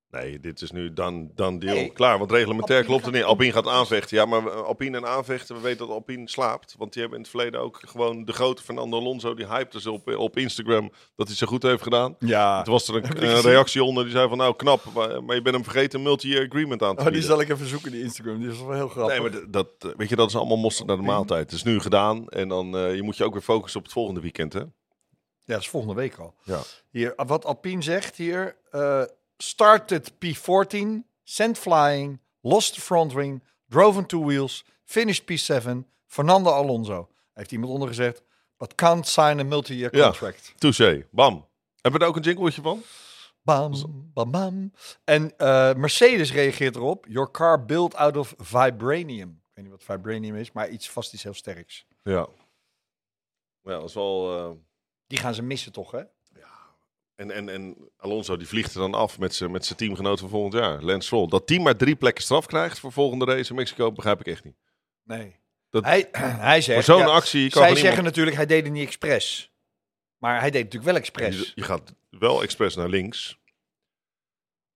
Speaker 2: Nee, dit is nu dan, dan deal
Speaker 1: Nee.
Speaker 2: klaar. Want reglementair
Speaker 1: Alpine
Speaker 2: klopt
Speaker 1: gaat-
Speaker 2: het niet. Alpine gaat aanvechten. Ja, maar eh, Alpine en aanvechten, we weten dat Alpine slaapt. Want die hebben in het verleden ook gewoon de grote Fernando Alonso. Die hypte ze op, op Instagram dat hij zo goed heeft gedaan.
Speaker 1: Ja.
Speaker 2: Toen was er een,
Speaker 1: ik
Speaker 2: een
Speaker 1: gezien.
Speaker 2: reactie onder die zei van nou knap, maar, maar je bent hem vergeten een multi-year agreement aan te bieden.
Speaker 1: ik even zoeken, Oh, die Instagram. Die is wel heel grappig.
Speaker 2: Nee, maar d- dat, eh, weet je, dat is allemaal mosterd naar de maaltijd. Het is nu gedaan en dan eh, je moet je ook weer focussen op het volgende weekend. Hè?
Speaker 1: Ja, dat is volgende week al.
Speaker 2: Ja.
Speaker 1: Hier, wat Alpine zegt hier. eh, started P14, sent flying, lost the front wing, drove on two wheels, finished P7, Fernando Alonso. Heeft iemand onder gezegd. But can't sign a multi-year
Speaker 2: Ja.
Speaker 1: contract.
Speaker 2: Touché, bam. Hebben we daar ook een jingletje van?
Speaker 1: Bam, bam, bam. En eh, Mercedes reageert erop. Your car built out of vibranium. Ik weet niet wat vibranium is, maar iets vast iets heel sterks.
Speaker 2: Ja. Ja, dat is wel... eh,
Speaker 1: Die gaan ze missen toch, hè?
Speaker 2: En, en, en Alonso die vliegt er dan af met zijn met zijn teamgenoot van volgend jaar, Lance Stroll. Dat team maar drie plekken straf krijgt voor volgende race in Mexico, begrijp ik echt niet.
Speaker 1: Nee.
Speaker 2: Dat-
Speaker 1: Hij, hij zegt...
Speaker 2: Maar zo'n
Speaker 1: ja,
Speaker 2: actie kan
Speaker 1: Zij
Speaker 2: van
Speaker 1: zeggen
Speaker 2: iemand-
Speaker 1: natuurlijk, hij deed het niet expres. Maar hij deed het natuurlijk wel expres.
Speaker 2: Je, je gaat wel expres naar links.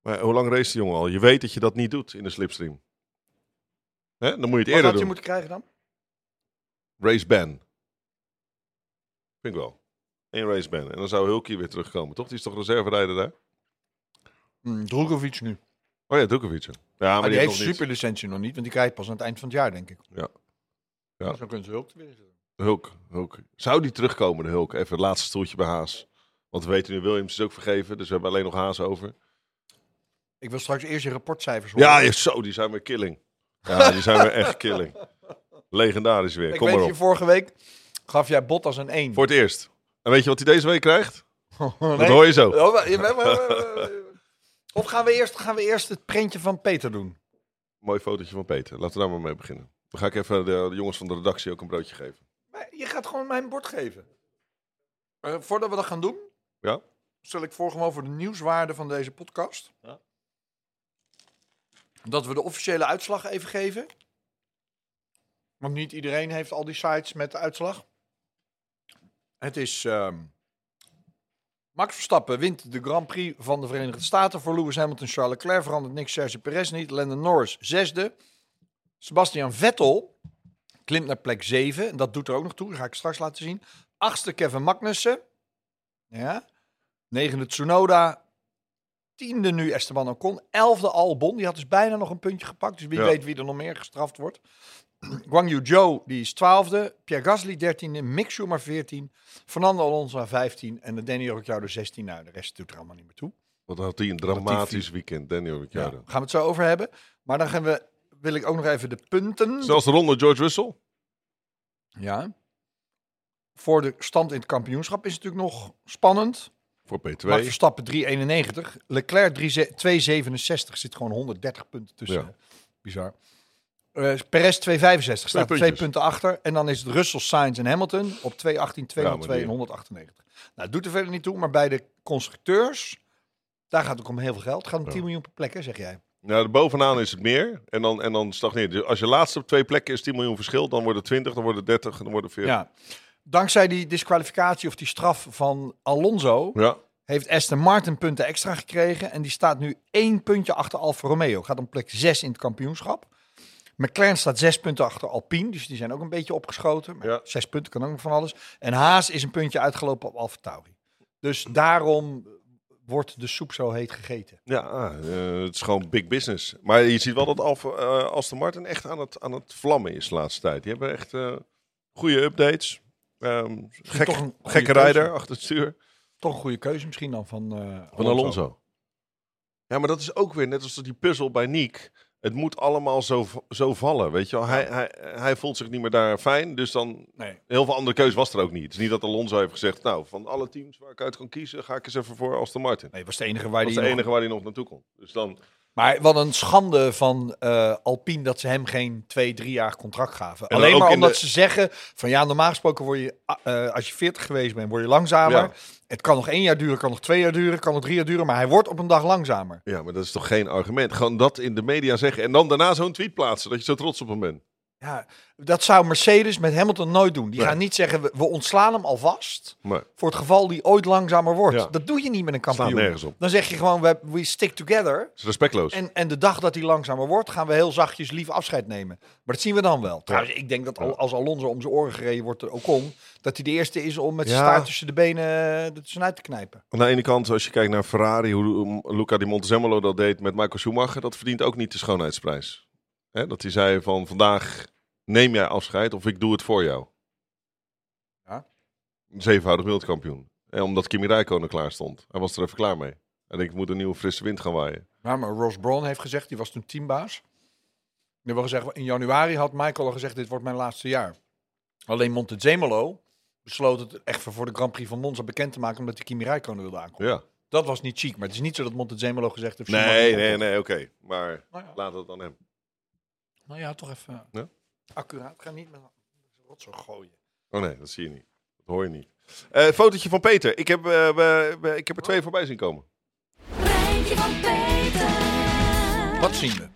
Speaker 2: Maar hoe lang race die jongen al? Je weet dat je dat niet doet in de slipstream. Hè? Dan moet je het
Speaker 1: Wat
Speaker 2: eerder
Speaker 1: had je
Speaker 2: doen.
Speaker 1: moeten krijgen dan?
Speaker 2: Race ban. Vind ik wel. Eén race ban. En dan zou Hulkie weer terugkomen, toch? Die is toch reserverijder daar?
Speaker 1: Drogovic Hmm, nu. Maar,
Speaker 2: Oh ja, Dukovic. Ja, maar,
Speaker 1: Ah, die, heeft
Speaker 2: nog niet.
Speaker 1: superlicentie nog niet, want die krijgt pas aan het eind van het jaar, denk ik.
Speaker 2: Ja. Ja.
Speaker 1: Dan kunnen ze hulp weer
Speaker 2: Hulk, Hulk. Zou die terugkomen, de Hulk? Even het laatste stoeltje bij Haas. Want we weten nu, Williams is ook vergeven, dus we hebben alleen nog Haas over.
Speaker 1: Ik wil straks eerst je rapportcijfers horen.
Speaker 2: Ja, ja, zo, die zijn weer killing. Ja, die zijn weer echt killing. Legendarisch weer,
Speaker 1: ik
Speaker 2: kom
Speaker 1: weet
Speaker 2: maar
Speaker 1: je,
Speaker 2: op.
Speaker 1: vorige week gaf jij Bottas een 1.
Speaker 2: Voor het eerst. En weet je wat hij deze week krijgt?
Speaker 1: Nee.
Speaker 2: Dat hoor je zo.
Speaker 1: Oh, maar- maar- maar- maar- maar- Of gaan we, eerst, gaan we eerst het printje van Peter doen?
Speaker 2: Mooi fotootje van Peter. Laten we daar maar mee beginnen. Dan ga ik even de, de jongens van de redactie ook een broodje geven.
Speaker 1: Maar je gaat gewoon mijn bord geven. Eh, voordat we dat gaan doen,
Speaker 2: Ja?
Speaker 1: stel ik voor gewoon voor de nieuwswaarde van deze podcast.
Speaker 2: Ja.
Speaker 1: Dat we de officiële uitslag even geven. Want niet iedereen heeft al die sites met de uitslag. Het is ehm, Max Verstappen wint de Grand Prix van de Verenigde Staten voor Lewis Hamilton, Charles Leclerc verandert niks, Sergio Perez niet, Lando Norris zesde, Sebastian Vettel Klimt naar plek 7. En dat doet er ook nog toe. Dat ga ik straks laten zien. Achtste Kevin Magnussen. Ja. Negende Tsunoda. Tiende nu Esteban Ocon. Elfde Albon. Die had dus bijna nog een puntje gepakt. Dus wie
Speaker 2: Ja.
Speaker 1: weet wie er nog meer gestraft wordt. Guang Yu Zhou, die is twaalfde. Pierre Gasly dertiende. Mick Schumacher veertien. Fernando Alonso naar vijftien. En de Danny Ricciardo zestien. Nou, de rest doet er allemaal niet meer toe.
Speaker 2: Wat had hij een dramatisch weekend, Daniel
Speaker 1: Ja.
Speaker 2: Ricciardo.
Speaker 1: Gaan we het zo over hebben. Maar dan gaan we, wil ik ook nog even de punten.
Speaker 2: Zelfs de ronde George Russell.
Speaker 1: Ja. Voor de stand in het kampioenschap is het natuurlijk nog spannend.
Speaker 2: Voor
Speaker 1: Max
Speaker 2: P2.
Speaker 1: Verstappen 3,91. Leclerc 3, 2,67. Zit gewoon 130 punten tussen.
Speaker 2: Ja.
Speaker 1: Bizar. Eh Perez 2,65. Staat twee
Speaker 2: puntjes.
Speaker 1: punten achter. En dan is het Russell, Sainz en Hamilton op 2,18, 2,02
Speaker 2: maar die-
Speaker 1: en 198. Nou, het doet er verder niet toe. Maar bij de constructeurs, daar gaat het ook om heel veel geld. Het gaat om
Speaker 2: Ja.
Speaker 1: 10 miljoen per plek, hè, zeg jij.
Speaker 2: Nou, bovenaan is het meer. En dan, en dan stagneert het. Dus als je laatste op twee plekken is 10 miljoen verschil, dan wordt het 20, dan wordt het 30, dan wordt het 40.
Speaker 1: Ja. Dankzij die disqualificatie of die straf van Alonso
Speaker 2: Ja.
Speaker 1: heeft Aston Martin punten extra gekregen. En die staat nu één puntje achter Alfa Romeo. Gaat om plek 6 in het kampioenschap. McLaren staat zes punten achter Alpine. Dus die zijn ook een beetje opgeschoten. Maar
Speaker 2: Ja.
Speaker 1: Zes punten kan ook nog van alles. En Haas is een puntje uitgelopen op Alfa Tauri. Dus daarom wordt de soep zo heet gegeten.
Speaker 2: Ja, ah, eh, het is gewoon big business. Maar je ziet wel dat Alfa, eh, Aston Martin echt aan het, aan het vlammen is de laatste tijd. Die hebben echt eh, goede updates. Ehm, gek-
Speaker 1: toch een goede
Speaker 2: gekke
Speaker 1: keuze.
Speaker 2: rijder achter het stuur.
Speaker 1: Toch een goede keuze misschien dan van, eh,
Speaker 2: Ja, maar dat is ook weer net als die puzzel bij Niek. Het moet allemaal zo, v- zo vallen, weet je wel. Hij, hij, hij voelt zich niet meer daar fijn, dus dan...
Speaker 1: Nee.
Speaker 2: Heel veel andere keus was er ook niet. Het is niet dat Alonso heeft gezegd, nou, van alle teams waar ik uit kan kiezen, ga ik eens even voor Aston Martin.
Speaker 1: Nee, was de enige waar
Speaker 2: Dat is
Speaker 1: die
Speaker 2: de
Speaker 1: nog-
Speaker 2: enige waar hij nog naartoe kon. Dus dan,
Speaker 1: Maar wat een schande van eh, Alpine dat ze hem geen twee, drie jaar contract gaven.
Speaker 2: En dan
Speaker 1: Alleen
Speaker 2: ook
Speaker 1: maar
Speaker 2: in
Speaker 1: omdat
Speaker 2: de-
Speaker 1: ze zeggen van ja, normaal gesproken word je, eh, als je 40 geweest bent, word je langzamer.
Speaker 2: Ja.
Speaker 1: Het kan nog één jaar duren, kan nog twee jaar duren, kan nog drie jaar duren, maar hij wordt op een dag langzamer.
Speaker 2: ja, maar dat is toch geen argument. Gewoon dat in de media zeggen en dan daarna zo'n tweet plaatsen, dat je zo trots op hem bent.
Speaker 1: Ja, dat zou Mercedes met Hamilton nooit doen. Die
Speaker 2: Nee.
Speaker 1: gaan niet zeggen, we, we ontslaan hem alvast
Speaker 2: Maar
Speaker 1: voor het geval die ooit langzamer wordt.
Speaker 2: Ja.
Speaker 1: Dat doe je niet met een
Speaker 2: staat
Speaker 1: kampioen.
Speaker 2: nergens op.
Speaker 1: Dan zeg je gewoon, we, we stick together.
Speaker 2: Het is respectloos.
Speaker 1: En, en de dag dat hij langzamer wordt, gaan we heel zachtjes lief afscheid nemen. Maar dat zien we dan wel. Trouwens, ik denk dat al-
Speaker 2: Ja.
Speaker 1: als Alonso om zijn oren gereden wordt, er ook om, dat hij de eerste is om met zijn
Speaker 2: Ja.
Speaker 1: staart tussen de benen eh, de tussenuit te knijpen.
Speaker 2: Aan de ene kant, als je kijkt naar Ferrari, hoe Luca di Montezemolo dat deed met Michael Schumacher, dat verdient ook niet de schoonheidsprijs. Hè, dat hij zei van vandaag neem jij afscheid of ik doe het voor jou.
Speaker 1: Ja.
Speaker 2: Een Zevenvoudig wereldkampioen. En omdat Kimi Räikkönen klaar stond. Hij was er even klaar mee. En ik moet een nieuwe frisse wind gaan waaien.
Speaker 1: Nou, maar Ross Brown heeft gezegd, die was toen teambaas. Die hebben gezegd, in januari had Michael al gezegd, dit wordt mijn laatste jaar. Alleen Montezemolo besloot het echt voor de Grand Prix van Monza bekend te maken, omdat hij Kimi Räikkönen wilde aankomen.
Speaker 2: Ja.
Speaker 1: Dat was niet chic, maar het is niet zo dat Montezemolo gezegd heeft...
Speaker 2: Nee, nee, nee, oké. Maar
Speaker 1: Nou ja.
Speaker 2: laat het aan hem.
Speaker 1: Nou ja, toch even
Speaker 2: Ja?
Speaker 1: accuraat. Ga niet met rotzooi gooien.
Speaker 2: Oh nee, dat zie je niet. Dat hoor je niet. Eh fotootje van Peter. Ik heb, eh, we- we- ik heb er
Speaker 1: Oh.
Speaker 2: twee voorbij zien komen.
Speaker 3: Rijntje van Peter.
Speaker 1: Wat zien we?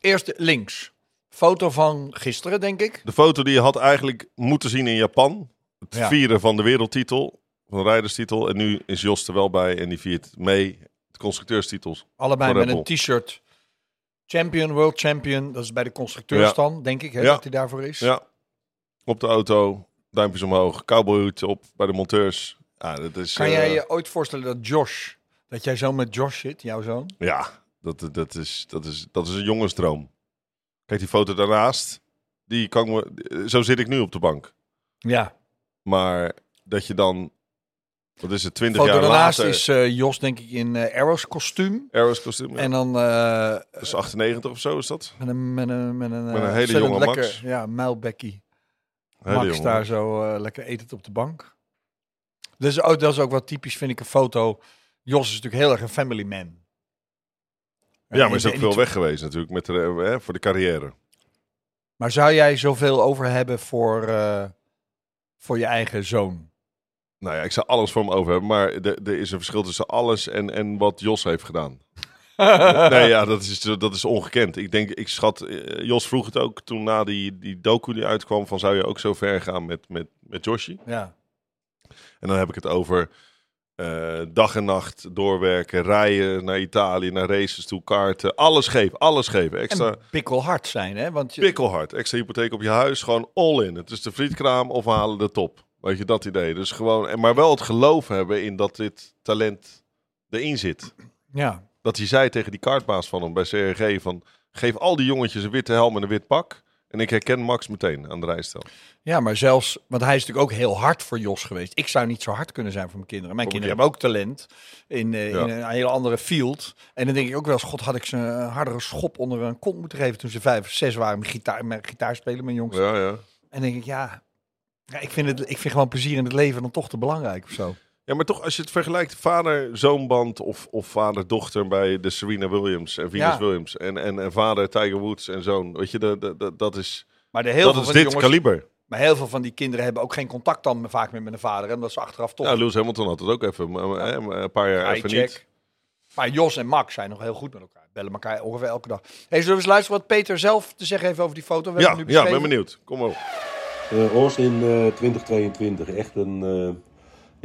Speaker 1: Eerst links. Foto van gisteren, denk ik.
Speaker 2: De foto die je had eigenlijk moeten zien in Japan. Het
Speaker 1: Ja.
Speaker 2: vieren van de wereldtitel, van de rijderstitel. En nu is Jos er wel bij en die viert mee de constructeurstitels.
Speaker 1: Allebei
Speaker 2: Van
Speaker 1: met
Speaker 2: Red
Speaker 1: een t-shirt. Champion, World Champion. Dat is bij de constructeurs
Speaker 2: Ja.
Speaker 1: dan, denk ik, hè,
Speaker 2: Ja.
Speaker 1: dat hij daarvoor is.
Speaker 2: Ja, op de auto, duimpjes omhoog, cowboyhoed op bij de monteurs. Ja, dat is...
Speaker 1: Kan
Speaker 2: eh,
Speaker 1: jij je ooit voorstellen dat Josh, dat jij zo met Josh zit, jouw zoon?
Speaker 2: Ja, dat, dat, is, dat, is, dat is een jongensdroom. Kijk, die foto daarnaast, die kan ik me, zo zit ik nu op de bank.
Speaker 1: Ja.
Speaker 2: Maar dat je dan, wat is het, twintig
Speaker 1: Foto
Speaker 2: jaar
Speaker 1: daarnaast
Speaker 2: later...
Speaker 1: is eh, Jos, denk ik, in eh Arrows kostuum.
Speaker 2: Aeros kostuum, ja.
Speaker 1: En dan eh,
Speaker 2: dat is 98 of zo is dat.
Speaker 1: met een, met een, met een, eh,
Speaker 2: Met een hele
Speaker 1: ontzettend
Speaker 2: jonge
Speaker 1: lekker,
Speaker 2: Max.
Speaker 1: Ja, muilbekkie.
Speaker 2: Hele
Speaker 1: Max
Speaker 2: jongen.
Speaker 1: daar zo eh, lekker etend op de bank. Dus ook, dat is ook wel typisch, vind ik, een foto. Jos is natuurlijk heel erg een family man.
Speaker 2: Ja, maar
Speaker 1: En-
Speaker 2: is ook
Speaker 1: en-
Speaker 2: veel weg geweest natuurlijk met de, eh, hè, voor de carrière.
Speaker 1: Maar zou jij zoveel over hebben voor, eh, voor je eigen zoon?
Speaker 2: Nou ja, ik zou alles voor hem over hebben, maar er er is een verschil tussen alles en, en wat Jos heeft gedaan. nee, ja, dat is, dat is ongekend. Ik denk, ik schat, eh, Jos vroeg het ook toen na die, die docu die uitkwam, van zou je ook zo ver gaan met, met, met Joshi?
Speaker 1: Ja.
Speaker 2: En dan heb ik het over eh, Eh, dag en nacht doorwerken, rijden naar Italië, naar races toe, kaarten. Alles geven, alles geven. Extra
Speaker 1: En pikkelhard zijn, hè? Want je,
Speaker 2: pikkelhard, extra hypotheek op je huis, gewoon all in. Het is de frietkraam of we halen de top. Weet je, dat idee. Dus gewoon, en maar wel het geloof hebben in dat dit talent erin zit.
Speaker 1: ja.
Speaker 2: Dat hij zei tegen die kaartbaas van hem bij CRG van... Geef al die jongetjes een witte helm en een wit pak. En ik herken Max meteen aan de rijstel.
Speaker 1: ja, maar zelfs, want hij is natuurlijk ook heel hard voor Jos geweest. Ik zou niet zo hard kunnen zijn voor mijn kinderen. Mijn
Speaker 2: Voor
Speaker 1: kinderen hebben ook talent in, eh, in een hele andere field. En dan denk ik ook wel eens, god, had ik ze een hardere schop onder een kont moeten geven toen ze vijf of zes waren met gitaar, met gitaar spelen, mijn jongens.
Speaker 2: Ja, ja.
Speaker 1: En dan denk ik, ja, ja ik, vind het, ik vind gewoon plezier in het leven dan toch te belangrijk of zo.
Speaker 2: Ja, maar toch, als je het vergelijkt, vader-zoonband of, of vader-dochter bij de Serena Williams en Venus
Speaker 1: Ja.
Speaker 2: Williams en, en, en vader Tiger Woods en zoon. Weet je, de, de- de- dat is,
Speaker 1: Maar de heel
Speaker 2: dat is
Speaker 1: veel van
Speaker 2: dit
Speaker 1: die jongens,
Speaker 2: kaliber.
Speaker 1: maar heel veel van die kinderen hebben ook geen contact dan vaak meer met hun vader. En dat ze achteraf toch
Speaker 2: Ja, Lewis Hamilton had het ook even, maar- maar, hè, maar een paar jaar
Speaker 1: Eye
Speaker 2: even
Speaker 1: check.
Speaker 2: niet.
Speaker 1: Maar Jos en Max zijn nog heel goed met elkaar. Bellen elkaar ongeveer elke dag. Hey, zullen we eens luisteren wat Peter zelf te zeggen heeft over die foto? We
Speaker 2: Ja,
Speaker 1: hebben hem nu
Speaker 2: ja, ben
Speaker 1: beschreven.
Speaker 2: benieuwd. Kom maar op.
Speaker 5: eh Austin eh, 2022, echt een, eh,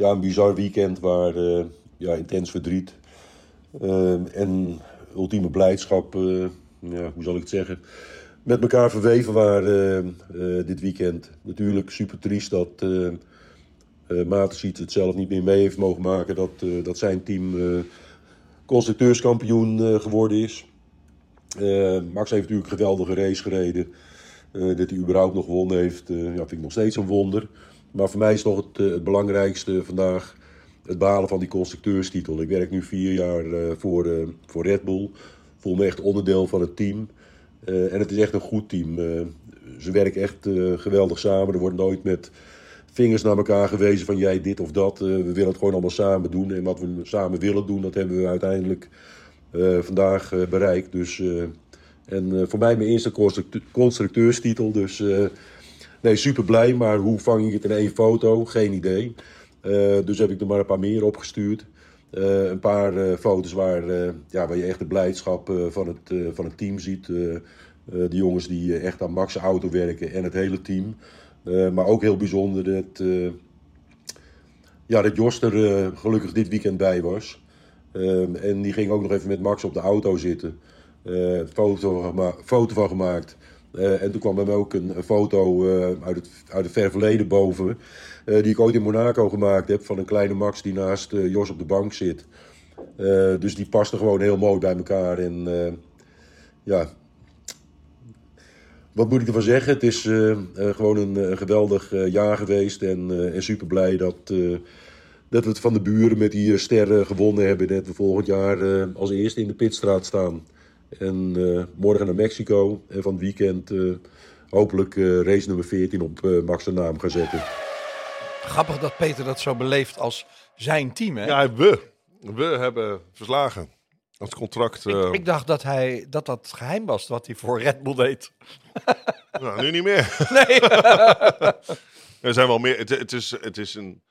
Speaker 5: ja, een bizar weekend waar eh, ja, intens verdriet eh, en ultieme blijdschap, eh, ja, hoe zal ik het zeggen, met elkaar verweven waren eh, eh, dit weekend. Natuurlijk super triest dat eh eh, Mateschitz het zelf niet meer mee heeft mogen maken, dat, eh, dat zijn team eh, constructeurskampioen eh, geworden is. Eh, Max heeft natuurlijk een geweldige race gereden. Eh, dat hij überhaupt nog gewonnen heeft, eh, ja, vind ik nog steeds een wonder. Maar voor mij is toch het, eh, het belangrijkste vandaag het behalen van die constructeurstitel. Ik werk nu vier jaar eh, voor, eh, voor Red Bull. Voel me echt onderdeel van het team. Eh, en het is echt een goed team. Eh, ze werken echt eh, geweldig samen. Er wordt nooit met vingers naar elkaar gewezen van jij dit of dat. Eh, we willen het gewoon allemaal samen doen. En wat we samen willen doen, dat hebben we uiteindelijk eh, vandaag eh, bereikt. Dus, eh, en eh, voor mij mijn eerste constructe- constructeurstitel. Dus eh, nee, super blij. Maar hoe vang ik het in één foto? Geen idee. Eh, dus heb ik er maar een paar meer opgestuurd. Eh, een paar eh, foto's waar, eh, ja, waar je echt de blijdschap eh, van, het, eh, van het team ziet. Eh, eh, de jongens die eh, echt aan Max' auto werken en het hele team. Eh, maar ook heel bijzonder dat, eh, ja, dat Jos er eh, gelukkig dit weekend bij was. Ehm, en die ging ook nog even met Max op de auto zitten. Eh, foto, van gema- foto van gemaakt. Eh, en toen kwam hem ook een, een foto eh, uit, het, uit het ver verleden boven. eh, die ik ooit in Monaco gemaakt heb. Van een kleine Max die naast eh, Jos op de bank zit. Eh, dus die pasten gewoon heel mooi bij elkaar. En eh, ja. Wat moet ik ervan zeggen? Het is eh, eh, gewoon een, eh, geweldig eh, jaar geweest. En, eh, en super blij dat. eh, dat we het van de buren met die eh, sterren gewonnen hebben. Dat we volgend jaar eh, als eerste in de pitstraat staan. En eh, morgen naar Mexico. En van het weekend eh, hopelijk eh, race nummer 14 op eh, Max de naam gaan zetten.
Speaker 1: Grappig dat Peter dat zo beleeft als zijn team. Hè?
Speaker 2: Ja, we. We hebben verslagen. Het contract. eh,
Speaker 1: ik, ik dacht dat, hij, dat dat geheim was wat hij voor Red Bull deed.
Speaker 2: nou, nu niet meer.
Speaker 1: Nee.
Speaker 2: Er zijn wel meer. Het, het, is, het is een.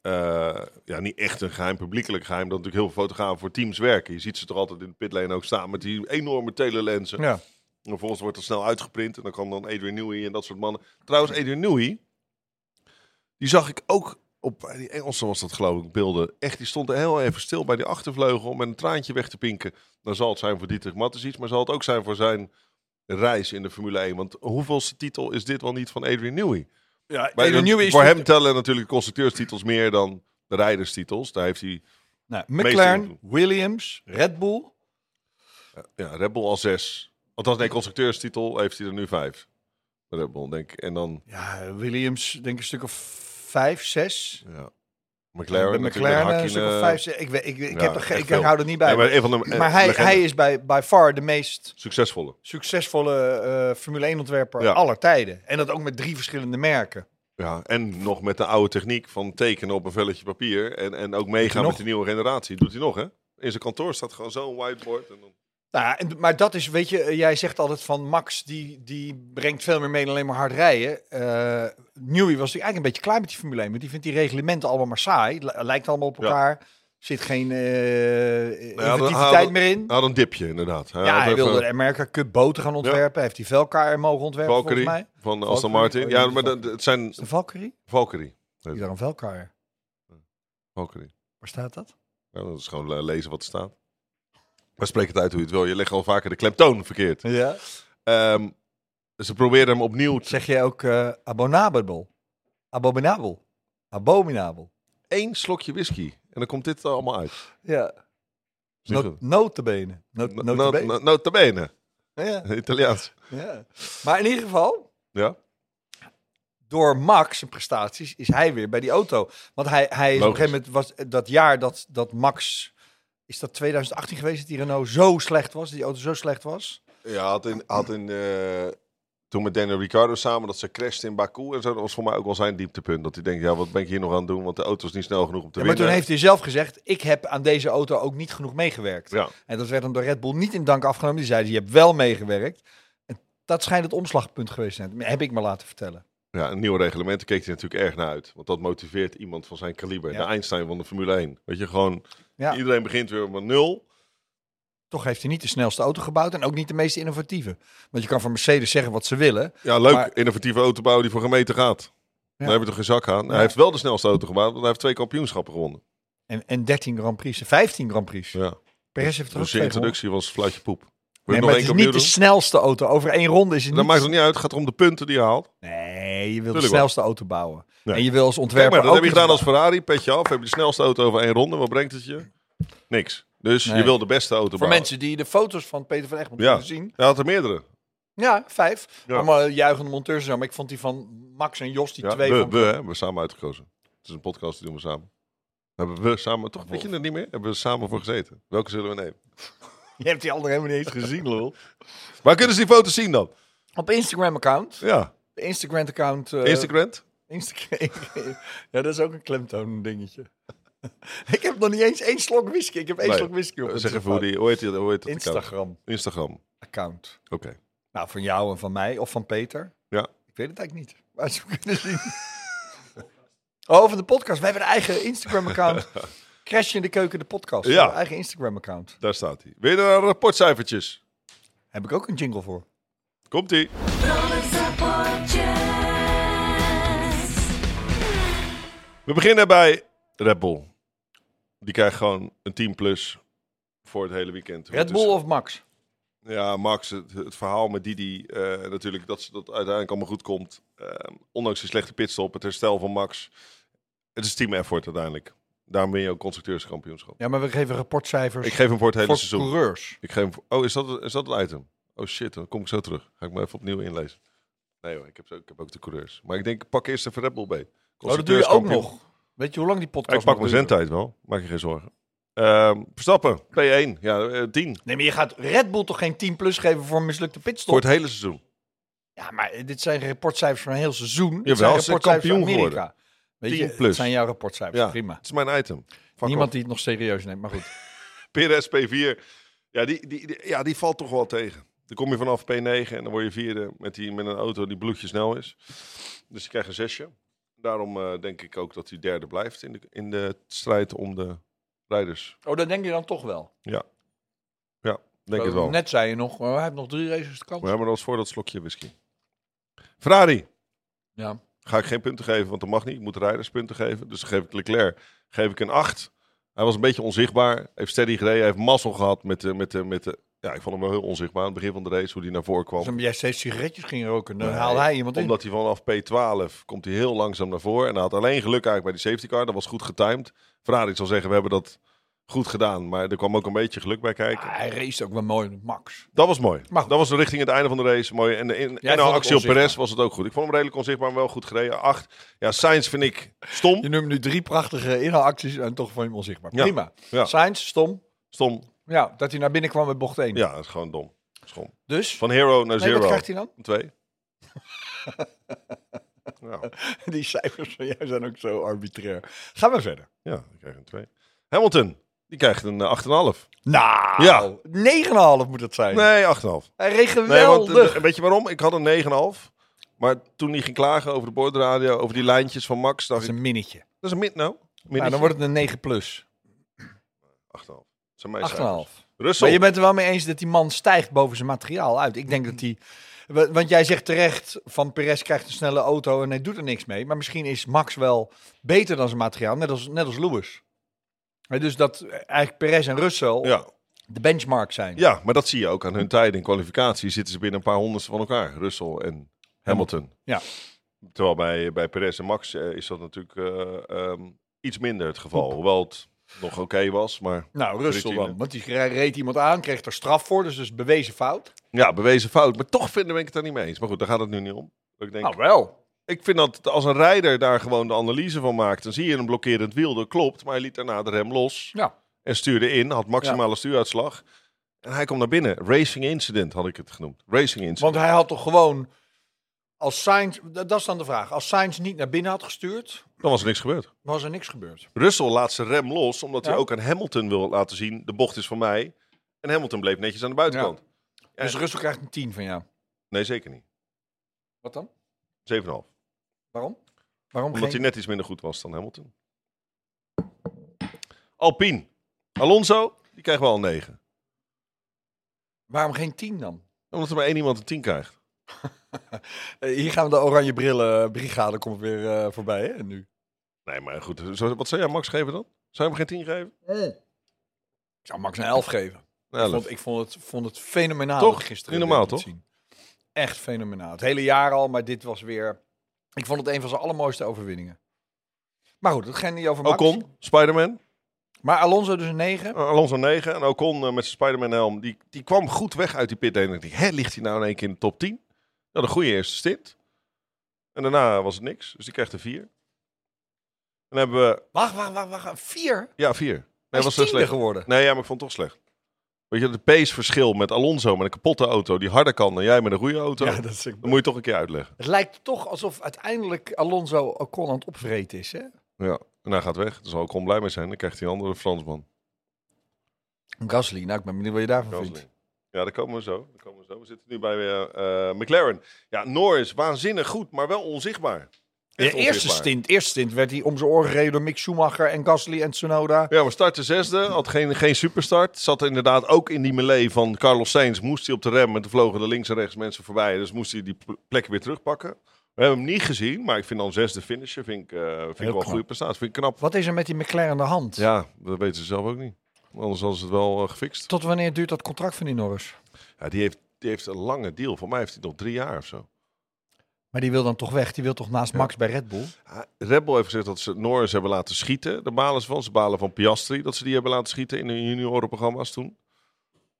Speaker 2: eh, ja, niet echt een geheim, publiekelijk geheim. Dat natuurlijk heel veel fotografen voor teams werken. Je ziet ze toch altijd in de pitlane ook staan met die enorme telelensen.
Speaker 1: ja.
Speaker 2: En vervolgens wordt dat snel uitgeprint. En dan kan dan Adrian Newey en dat soort mannen. Trouwens, Adrian Newey, die zag ik ook op bij die Engelsen was dat geloof ik, beelden. Echt, die stond er heel even stil bij die achtervleugel om met een traantje weg te pinken. Dan zal het zijn voor Dietrich Matthijs, maar zal het ook zijn voor zijn reis in de Formule 1. Want hoeveelste titel is dit wel niet van Adrian Newey?
Speaker 1: ja
Speaker 2: Maar
Speaker 1: Adrian
Speaker 2: dat-
Speaker 1: Newey is
Speaker 2: voor
Speaker 1: niet-
Speaker 2: hem tellen natuurlijk de constructeurstitels meer dan de rijderstitels. Daar heeft hij
Speaker 1: Nou,
Speaker 2: meeste
Speaker 1: McLaren,
Speaker 2: invloed.
Speaker 1: Williams, Red Bull.
Speaker 2: ja, Red Bull al zes. Althans, nee, constructeurstitel heeft hij er nu vijf. Bij Red Bull, denk ik. En dan
Speaker 1: Ja, Williams denk ik een stuk of vijf, zes.
Speaker 2: ja.
Speaker 1: Bij
Speaker 2: McLaren,
Speaker 1: McLaren een stuk of vijf,
Speaker 2: vijf.
Speaker 1: zes. Ik, weet- ik, ik,
Speaker 2: ja,
Speaker 1: heb er, ge-
Speaker 2: echt
Speaker 1: ik
Speaker 2: veel.
Speaker 1: hou er niet bij.
Speaker 2: maar
Speaker 1: maar
Speaker 2: een van de eh,
Speaker 1: hij,
Speaker 2: legende.
Speaker 1: hij is bij, by far de meest
Speaker 2: succesvolle.
Speaker 1: succesvolle eh, Formule 1 ontwerper
Speaker 2: Ja.
Speaker 1: aller tijden. En dat ook met drie verschillende merken.
Speaker 2: Ja, en nog met de oude techniek van tekenen op een velletje papier. En, en ook meegaan
Speaker 1: nog?
Speaker 2: met de nieuwe generatie. Doet hij nog, hè? In zijn kantoor staat gewoon zo'n whiteboard. En dan...
Speaker 1: Nou, ja, en, maar dat is, weet je, eh, jij zegt altijd van Max, die, die brengt veel meer mee dan alleen maar hard rijden. Eh Newey was eigenlijk een beetje klaar met die Formule 1, want die vindt die reglementen allemaal maar saai. Li- Lijkt allemaal op
Speaker 2: Ja.
Speaker 1: elkaar. Zit geen eh
Speaker 2: dan
Speaker 1: inventiviteit
Speaker 2: halen-
Speaker 1: meer in.
Speaker 2: Hij had een dipje, inderdaad. Hij
Speaker 1: Ja,
Speaker 2: had
Speaker 1: hij
Speaker 2: even-
Speaker 1: wilde de America Cup boten gaan ontwerpen. Heeft hij Velkaar mogen ontwerpen,
Speaker 2: Valkyrie
Speaker 1: volgens mij?
Speaker 2: van Aston
Speaker 1: Valkyrie?
Speaker 2: Martin.
Speaker 1: Oh,
Speaker 2: Ja,
Speaker 1: ja,
Speaker 2: maar dat, het zijn
Speaker 1: Is de Valkyrie?
Speaker 2: Valkyrie.
Speaker 1: Ik daar een Valkaar.
Speaker 2: Valkyrie.
Speaker 1: Waar staat dat?
Speaker 2: Nou, dat is gewoon eh, lezen wat er staat. Maar spreek het uit hoe je het wil. Je legt al vaker de klemtoon verkeerd.
Speaker 1: Ja.
Speaker 2: Ehm, ze probeerden hem opnieuw te-
Speaker 1: Zeg je ook eh, abominabel? Abominabel. Abominabel.
Speaker 2: één slokje whisky. En dan komt dit allemaal uit.
Speaker 1: Ja.
Speaker 2: Zie je
Speaker 1: No notenbenen. Dus Not
Speaker 2: No-
Speaker 1: notenbenen.
Speaker 2: no- no- Notabene.
Speaker 1: ja,
Speaker 2: Italiaans.
Speaker 1: ja. Maar in ieder geval,
Speaker 2: Ja,
Speaker 1: door Max zijn prestaties is hij weer bij die auto. Want hij, hij is op een
Speaker 2: Logisch.
Speaker 1: gegeven moment was dat jaar dat, dat Max. Is dat 2018 geweest dat die Renault zo slecht was? Die auto zo slecht was?
Speaker 2: ja had in... Had in eh, toen met Daniel Ricciardo samen, dat ze crashte in Baku en zo. Dat was voor mij ook wel zijn dieptepunt. Dat hij denkt, ja, wat ben ik hier nog aan het doen? Want de auto is niet snel genoeg om te
Speaker 1: Ja, maar
Speaker 2: winnen.
Speaker 1: toen heeft hij zelf gezegd: Ik heb aan deze auto ook niet genoeg meegewerkt.
Speaker 2: Ja.
Speaker 1: En dat werd hem door Red Bull niet in dank afgenomen. Die zeiden: Je hebt wel meegewerkt. En dat schijnt het omslagpunt geweest te zijn. Heb ik me laten vertellen.
Speaker 2: Ja, een nieuw reglement keek hij natuurlijk erg naar uit. Want dat motiveert iemand van zijn kaliber.
Speaker 1: Ja.
Speaker 2: De Einstein van de Formule 1. Weet je, gewoon...
Speaker 1: Ja.
Speaker 2: Iedereen begint weer met nul.
Speaker 1: Toch heeft hij niet de snelste auto gebouwd en ook niet de meest innovatieve. Want je kan van Mercedes zeggen wat ze willen.
Speaker 2: Ja, leuk.
Speaker 1: Maar-
Speaker 2: Innovatieve auto bouwen die voor gemeente gaat. Daar hebben we toch geen zak aan.
Speaker 1: Ja.
Speaker 2: Hij heeft wel de snelste auto gebouwd, want hij heeft twee kampioenschappen gewonnen.
Speaker 1: En, en 13 Grand Prix, 15 Grand Prix.
Speaker 2: Ja.
Speaker 1: Perez heeft er ook
Speaker 2: Dus de
Speaker 1: 200.
Speaker 2: introductie was fluitje poep. Wil je
Speaker 1: Nee,
Speaker 2: nog
Speaker 1: maar
Speaker 2: één
Speaker 1: het is niet
Speaker 2: kampioen
Speaker 1: de
Speaker 2: doen?
Speaker 1: snelste auto. Over één ronde is het
Speaker 2: Dat
Speaker 1: niet...
Speaker 2: maakt het niet uit. Het gaat om de punten die je haalt.
Speaker 1: Nee, je wilt de
Speaker 2: Tuurlijk wel.
Speaker 1: snelste auto bouwen.
Speaker 2: Nee.
Speaker 1: En je wil als
Speaker 2: Kijk
Speaker 1: ontwerper
Speaker 2: maar, dat
Speaker 1: ook
Speaker 2: heb je
Speaker 1: iets
Speaker 2: gedaan als
Speaker 1: bouwen.
Speaker 2: Ferrari. Petje af. Heb je de snelste auto over één ronde. Wat brengt het je? Niks. Dus
Speaker 1: Nee.
Speaker 2: je wil de beste auto
Speaker 1: Voor
Speaker 2: bouwen.
Speaker 1: mensen die de foto's van Peter van Egmond
Speaker 2: Ja.
Speaker 1: kunnen zien.
Speaker 2: Hij had er meerdere.
Speaker 1: Ja, vijf.
Speaker 2: Ja.
Speaker 1: Allemaal juichende monteurs en zo. Maar ik vond die van Max en Jos, die
Speaker 2: Ja,
Speaker 1: twee
Speaker 2: we,
Speaker 1: van...
Speaker 2: we, hè, we hebben samen uitgekozen. Het is een podcast, die doen we samen. Hebben we samen, toch weet je het niet meer? Hebben we samen voor gezeten? Welke zullen we nemen?
Speaker 1: Je hebt die andere helemaal niet eens gezien, lol.
Speaker 2: Waar kunnen ze die foto's zien dan?
Speaker 1: Op Instagram-account.
Speaker 2: Ja,
Speaker 1: De Instagram-account... eh,
Speaker 2: Instagram.
Speaker 1: Insta- ja, dat is ook een klemtoon dingetje. ik heb nog niet eens één slok whisky. Ik heb één
Speaker 2: Nee.
Speaker 1: slok whisky op.
Speaker 2: Eh,
Speaker 1: het
Speaker 2: Zeg even hoe, die, hoe heet die? Hoe heet dat account?
Speaker 1: Instagram-account.
Speaker 2: Instagram. Oké.
Speaker 1: Nou, van jou en van mij of van Peter.
Speaker 2: Ja.
Speaker 1: Ik weet het eigenlijk niet. Maar ze kunnen zien. Oh, van de podcast. We hebben een eigen Instagram-account. Crash in de keuken, de podcast.
Speaker 2: Ja.
Speaker 1: We hebben Een eigen Instagram-account.
Speaker 2: Daar staat hij. Weer naar rapportcijfertjes.
Speaker 1: Heb ik ook een jingle voor.
Speaker 2: Komt ie.
Speaker 3: Rollensappotjes.
Speaker 2: We beginnen bij Red Bull. Die krijgt gewoon een 10 plus voor het hele weekend.
Speaker 1: Red
Speaker 2: Dus-
Speaker 1: Bull of Max?
Speaker 2: Ja, Max, het, het verhaal met Didi, eh, natuurlijk dat ze dat uiteindelijk allemaal goed komt. Ehm, ondanks die slechte pitstop, het herstel van Max. Het is team effort uiteindelijk. Daarom win je ook constructeurskampioenschap.
Speaker 1: Ja, maar we geven rapportcijfers
Speaker 2: Ik geef hem voor het hele
Speaker 1: voor
Speaker 2: seizoen.
Speaker 1: coureurs.
Speaker 2: Ik geef hem voor- Oh, is dat, het- is dat het item? Oh shit, dan kom ik zo terug. Ga ik me even opnieuw inlezen. Nee hoor, ik heb, zo- ik heb ook de coureurs. Maar ik denk, pak eerst even Red Bull mee.
Speaker 1: Oh, dat doe je ook
Speaker 2: Constructeurskampioen.
Speaker 1: nog. Weet je hoe lang die
Speaker 2: Ja,
Speaker 1: podcast
Speaker 2: ik pak
Speaker 1: nog
Speaker 2: mijn
Speaker 1: duurt?
Speaker 2: zendtijd wel. Maak je geen zorgen. Ehm, Verstappen, P1. Ja, eh, 10.
Speaker 1: Nee, maar je gaat Red Bull toch geen 10 plus geven voor een mislukte pitstop?
Speaker 2: Voor het hele seizoen.
Speaker 1: Ja, maar dit zijn rapportcijfers van een heel seizoen. Dit
Speaker 2: Jawel,
Speaker 1: zijn
Speaker 2: ze zijn
Speaker 1: rapportcijfers van
Speaker 2: kampioen
Speaker 1: Amerika. Weet je,
Speaker 2: 10 plus.
Speaker 1: het zijn jouw rapportcijfers.
Speaker 2: Ja,
Speaker 1: Prima.
Speaker 2: Het is mijn item. Fuck
Speaker 1: Niemand
Speaker 2: off.
Speaker 1: die het nog serieus neemt, maar goed.
Speaker 2: Perez P4. Ja die, die, die- ja, die valt toch wel tegen. Dan kom je vanaf P9 en dan word je vierde met, die, met een auto die bloedje snel is. Dus je krijgt een zesje. Daarom eh, denk ik ook dat hij derde blijft in de, in de strijd om de rijders.
Speaker 1: Oh, dat denk je dan toch wel.
Speaker 2: Ja, denk het wel.
Speaker 1: Net zei je nog, oh, hij heeft nog drie races te kans.
Speaker 2: We hebben ons voor dat slokje whisky. Ferrari.
Speaker 1: Ja.
Speaker 2: Ga ik geen punten geven, want dat mag niet. Ik moet rijders punten geven. Dus dan geef ik Leclerc geef ik een 8. Hij was een beetje onzichtbaar. Heeft steady gereden. Hij heeft mazzel gehad met de... Met de, met de ja, ik vond hem wel heel onzichtbaar aan het begin van de race, hoe hij naar voren kwam.
Speaker 1: Als Dus jij steeds sigaretjes ging roken, dan
Speaker 2: Nee,
Speaker 1: haalde hij iemand in.
Speaker 2: Omdat hij vanaf P12 komt hij heel langzaam naar voren. En hij had alleen geluk eigenlijk bij die safety car. Dat was goed getimed. Ferrari zal zeggen, we hebben dat goed gedaan. Maar er kwam ook een beetje geluk bij kijken.
Speaker 1: Ah, hij race ook wel mooi met Max.
Speaker 2: Dat was mooi.
Speaker 1: Maar goed.
Speaker 2: dat was richting het einde van de race. Mooi. En, en, en
Speaker 1: vond het
Speaker 2: actie op
Speaker 1: onzichtbaar.
Speaker 2: Perez was het ook goed. Ik vond hem redelijk onzichtbaar, maar wel goed gereden. Acht. Ja, Sainz vind ik stom.
Speaker 1: Je noemt nu drie prachtige inhaalacties en toch van hem onzichtbaar.
Speaker 2: Ja.
Speaker 1: Prima.
Speaker 2: Ja.
Speaker 1: Sainz, stom.
Speaker 2: Stom.
Speaker 1: Ja, dat hij naar binnen kwam met bocht 1.
Speaker 2: Ja, dat is gewoon dom. Schom.
Speaker 1: Dus,
Speaker 2: Van hero naar
Speaker 1: nee, wat
Speaker 2: zero.
Speaker 1: krijgt hij dan?
Speaker 2: Een Twee. nou,
Speaker 1: Die cijfers van jou zijn ook zo arbitrair. Gaan we verder.
Speaker 2: ja, ik krijg een twee. Hamilton, die krijgt een eh, 8,5.
Speaker 1: Nou,
Speaker 2: Ja.
Speaker 1: 9,5 moet het zijn.
Speaker 2: Nee, 8,5.
Speaker 1: Hij reed
Speaker 2: Nee, want,
Speaker 1: geweldig.
Speaker 2: eh, weet je waarom? Ik had een 9,5. Maar toen hij ging klagen over de bordradio, over die lijntjes van Max,
Speaker 1: dat
Speaker 2: dacht
Speaker 1: is
Speaker 2: ik,
Speaker 1: een minnetje.
Speaker 2: dat is een mid nou.
Speaker 1: Nou, dan wordt het een 9 plus.
Speaker 2: 8,5. Dat zijn mijn cijfers.
Speaker 1: 8,5.
Speaker 2: Russell.
Speaker 1: Maar je bent er wel mee eens dat die man stijgt boven zijn materiaal uit. Ik denk dat hij... wa- Want jij zegt terecht, Van Perez krijgt een snelle auto en hij doet er niks mee. Maar misschien is Max wel beter dan zijn materiaal, net als, net als Lewis. Hè, Dus dat eh, eigenlijk Perez en Russell
Speaker 2: Ja.
Speaker 1: de benchmark zijn.
Speaker 2: ja, maar dat zie je ook aan hun tijd in kwalificatie. Zitten ze binnen een paar honderdsten van elkaar, Russell en Hamilton.
Speaker 1: Ja.
Speaker 2: Terwijl bij, bij Perez en Max eh, is dat natuurlijk eh, ehm, iets minder het geval. Hoewel het nog oké was, maar
Speaker 1: Nou, Russell
Speaker 2: Routine.
Speaker 1: dan. Want die reed iemand aan, kreeg er straf voor. Dus dus bewezen fout.
Speaker 2: ja, bewezen fout. Maar toch vinden we het daar niet mee eens. Maar goed, daar gaat het nu niet om. Ik denk,
Speaker 1: Nou, wel.
Speaker 2: ik vind dat als een rijder daar gewoon de analyse van maakt, dan zie je een blokkerend wiel, dat klopt. Maar hij liet daarna de rem los
Speaker 1: Ja.
Speaker 2: en stuurde in, had maximale stuuruitslag. En hij komt naar binnen. Racing incident had ik het genoemd. Racing incident.
Speaker 1: Want hij had toch gewoon... Als Sainz, dat dat is dan de vraag. Als Sainz niet naar binnen had gestuurd,
Speaker 2: Dan was er niks gebeurd.
Speaker 1: was er niks gebeurd.
Speaker 2: Russell laat zijn rem los, omdat
Speaker 1: Ja.
Speaker 2: hij ook aan Hamilton wil laten zien, de bocht is van mij. En Hamilton bleef netjes aan de buitenkant.
Speaker 1: Dus Russell krijgt een 10 van jou.
Speaker 2: Nee, zeker niet.
Speaker 1: Wat dan?
Speaker 2: 7,5.
Speaker 1: Waarom? Waarom
Speaker 2: Omdat hij
Speaker 1: geen...
Speaker 2: net iets minder goed was dan Hamilton. Alpine. Alonso, die krijgt wel een 9.
Speaker 1: Waarom geen 10 dan?
Speaker 2: Omdat er maar één iemand een 10 krijgt.
Speaker 1: Eh, hier gaan we de oranje brillen brigade komt weer eh, voorbij hè, nu.
Speaker 2: Nee, maar goed. zo- Wat zou jij Max geven dan? Zou je hem geen 10 geven?
Speaker 1: Ik Eh. zou Max een 11 geven.
Speaker 2: Nou,
Speaker 1: Ik, vond, ik vond het, vond het fenomenaal
Speaker 2: Toch?
Speaker 1: wat ik gisteren.
Speaker 2: Niet normaal,
Speaker 1: weer liet
Speaker 2: toch?
Speaker 1: zien. Echt fenomenaal. Het hele jaar al, maar dit was weer... Ik vond het een van zijn allermooiste overwinningen. Maar goed, het ging niet over Max.
Speaker 2: Ocon, Spider-Man.
Speaker 1: Maar Alonso dus een 9.
Speaker 2: Uh, Alonso 9. En Ocon eh, met zijn Spider-Man helm. Die, die kwam goed weg uit die pit. En ik dacht, hè, ligt hij nou in één keer in de top 10? Nou, de goede eerste stint. En daarna was het niks. Dus die krijgt een 4. En dan hebben we...
Speaker 1: Wacht, wacht, wacht, wacht. Een 4?
Speaker 2: Ja, 4. Nee,
Speaker 1: Hij
Speaker 2: was
Speaker 1: was
Speaker 2: zo
Speaker 1: tiende
Speaker 2: slecht.
Speaker 1: geworden.
Speaker 2: Nee, ja, maar ik vond het toch slecht. Weet je, het paceverschil met Alonso met een kapotte auto die harder kan dan jij met een goede auto.
Speaker 1: Ja,
Speaker 2: dat...
Speaker 1: dat is...
Speaker 2: moet je toch een keer uitleggen.
Speaker 1: Het lijkt toch alsof uiteindelijk Alonso Ocon aan het opvreten is, hè?
Speaker 2: Ja. En hij gaat weg. Daar zal Ocon blij mee zijn. Dan krijgt hij een andere Fransman.
Speaker 1: Gasly, nou, ik ben benieuwd wat je daarvan vindt.
Speaker 2: Gasly. Ja, daar komen we zo. Daar komen we, zo. we zitten nu bij eh, eh, McLaren. Ja, Norris, waanzinnig goed, maar wel onzichtbaar.
Speaker 1: De
Speaker 2: Echt
Speaker 1: eerste
Speaker 2: onzichtbaar.
Speaker 1: stint, eerste stint werd hij om zijn oren gereden door Mick Schumacher en Gasly en Tsunoda.
Speaker 2: Ja, we starten zesde, had geen, geen superstart. Zat inderdaad ook in die melee van Carlos Sainz. Moest hij op de rem en toen vlogen er links en rechts mensen voorbij. Dus moest hij die pl- plek weer terugpakken. We hebben hem niet gezien, maar ik vind dan zesde finisher vind ik, eh, vind ik wel een
Speaker 1: knap.
Speaker 2: goede prestatie. Vind ik knap.
Speaker 1: Wat is er met die McLaren aan de hand?
Speaker 2: Ja, dat weten ze zelf ook niet. Anders hadden ze het wel eh, gefixt.
Speaker 1: Tot wanneer duurt dat contract van die Norris?
Speaker 2: Ja, die, heeft, die heeft een lange deal. Voor mij heeft hij nog drie jaar of zo.
Speaker 1: Maar die wil dan toch weg? Die wil toch naast Max bij Red Bull?
Speaker 2: Ah, Red Bull heeft gezegd dat ze Norris hebben laten schieten. Daar balen ze van. Ze balen van Piastri dat ze die hebben laten schieten in hun juniorenprogramma's toen.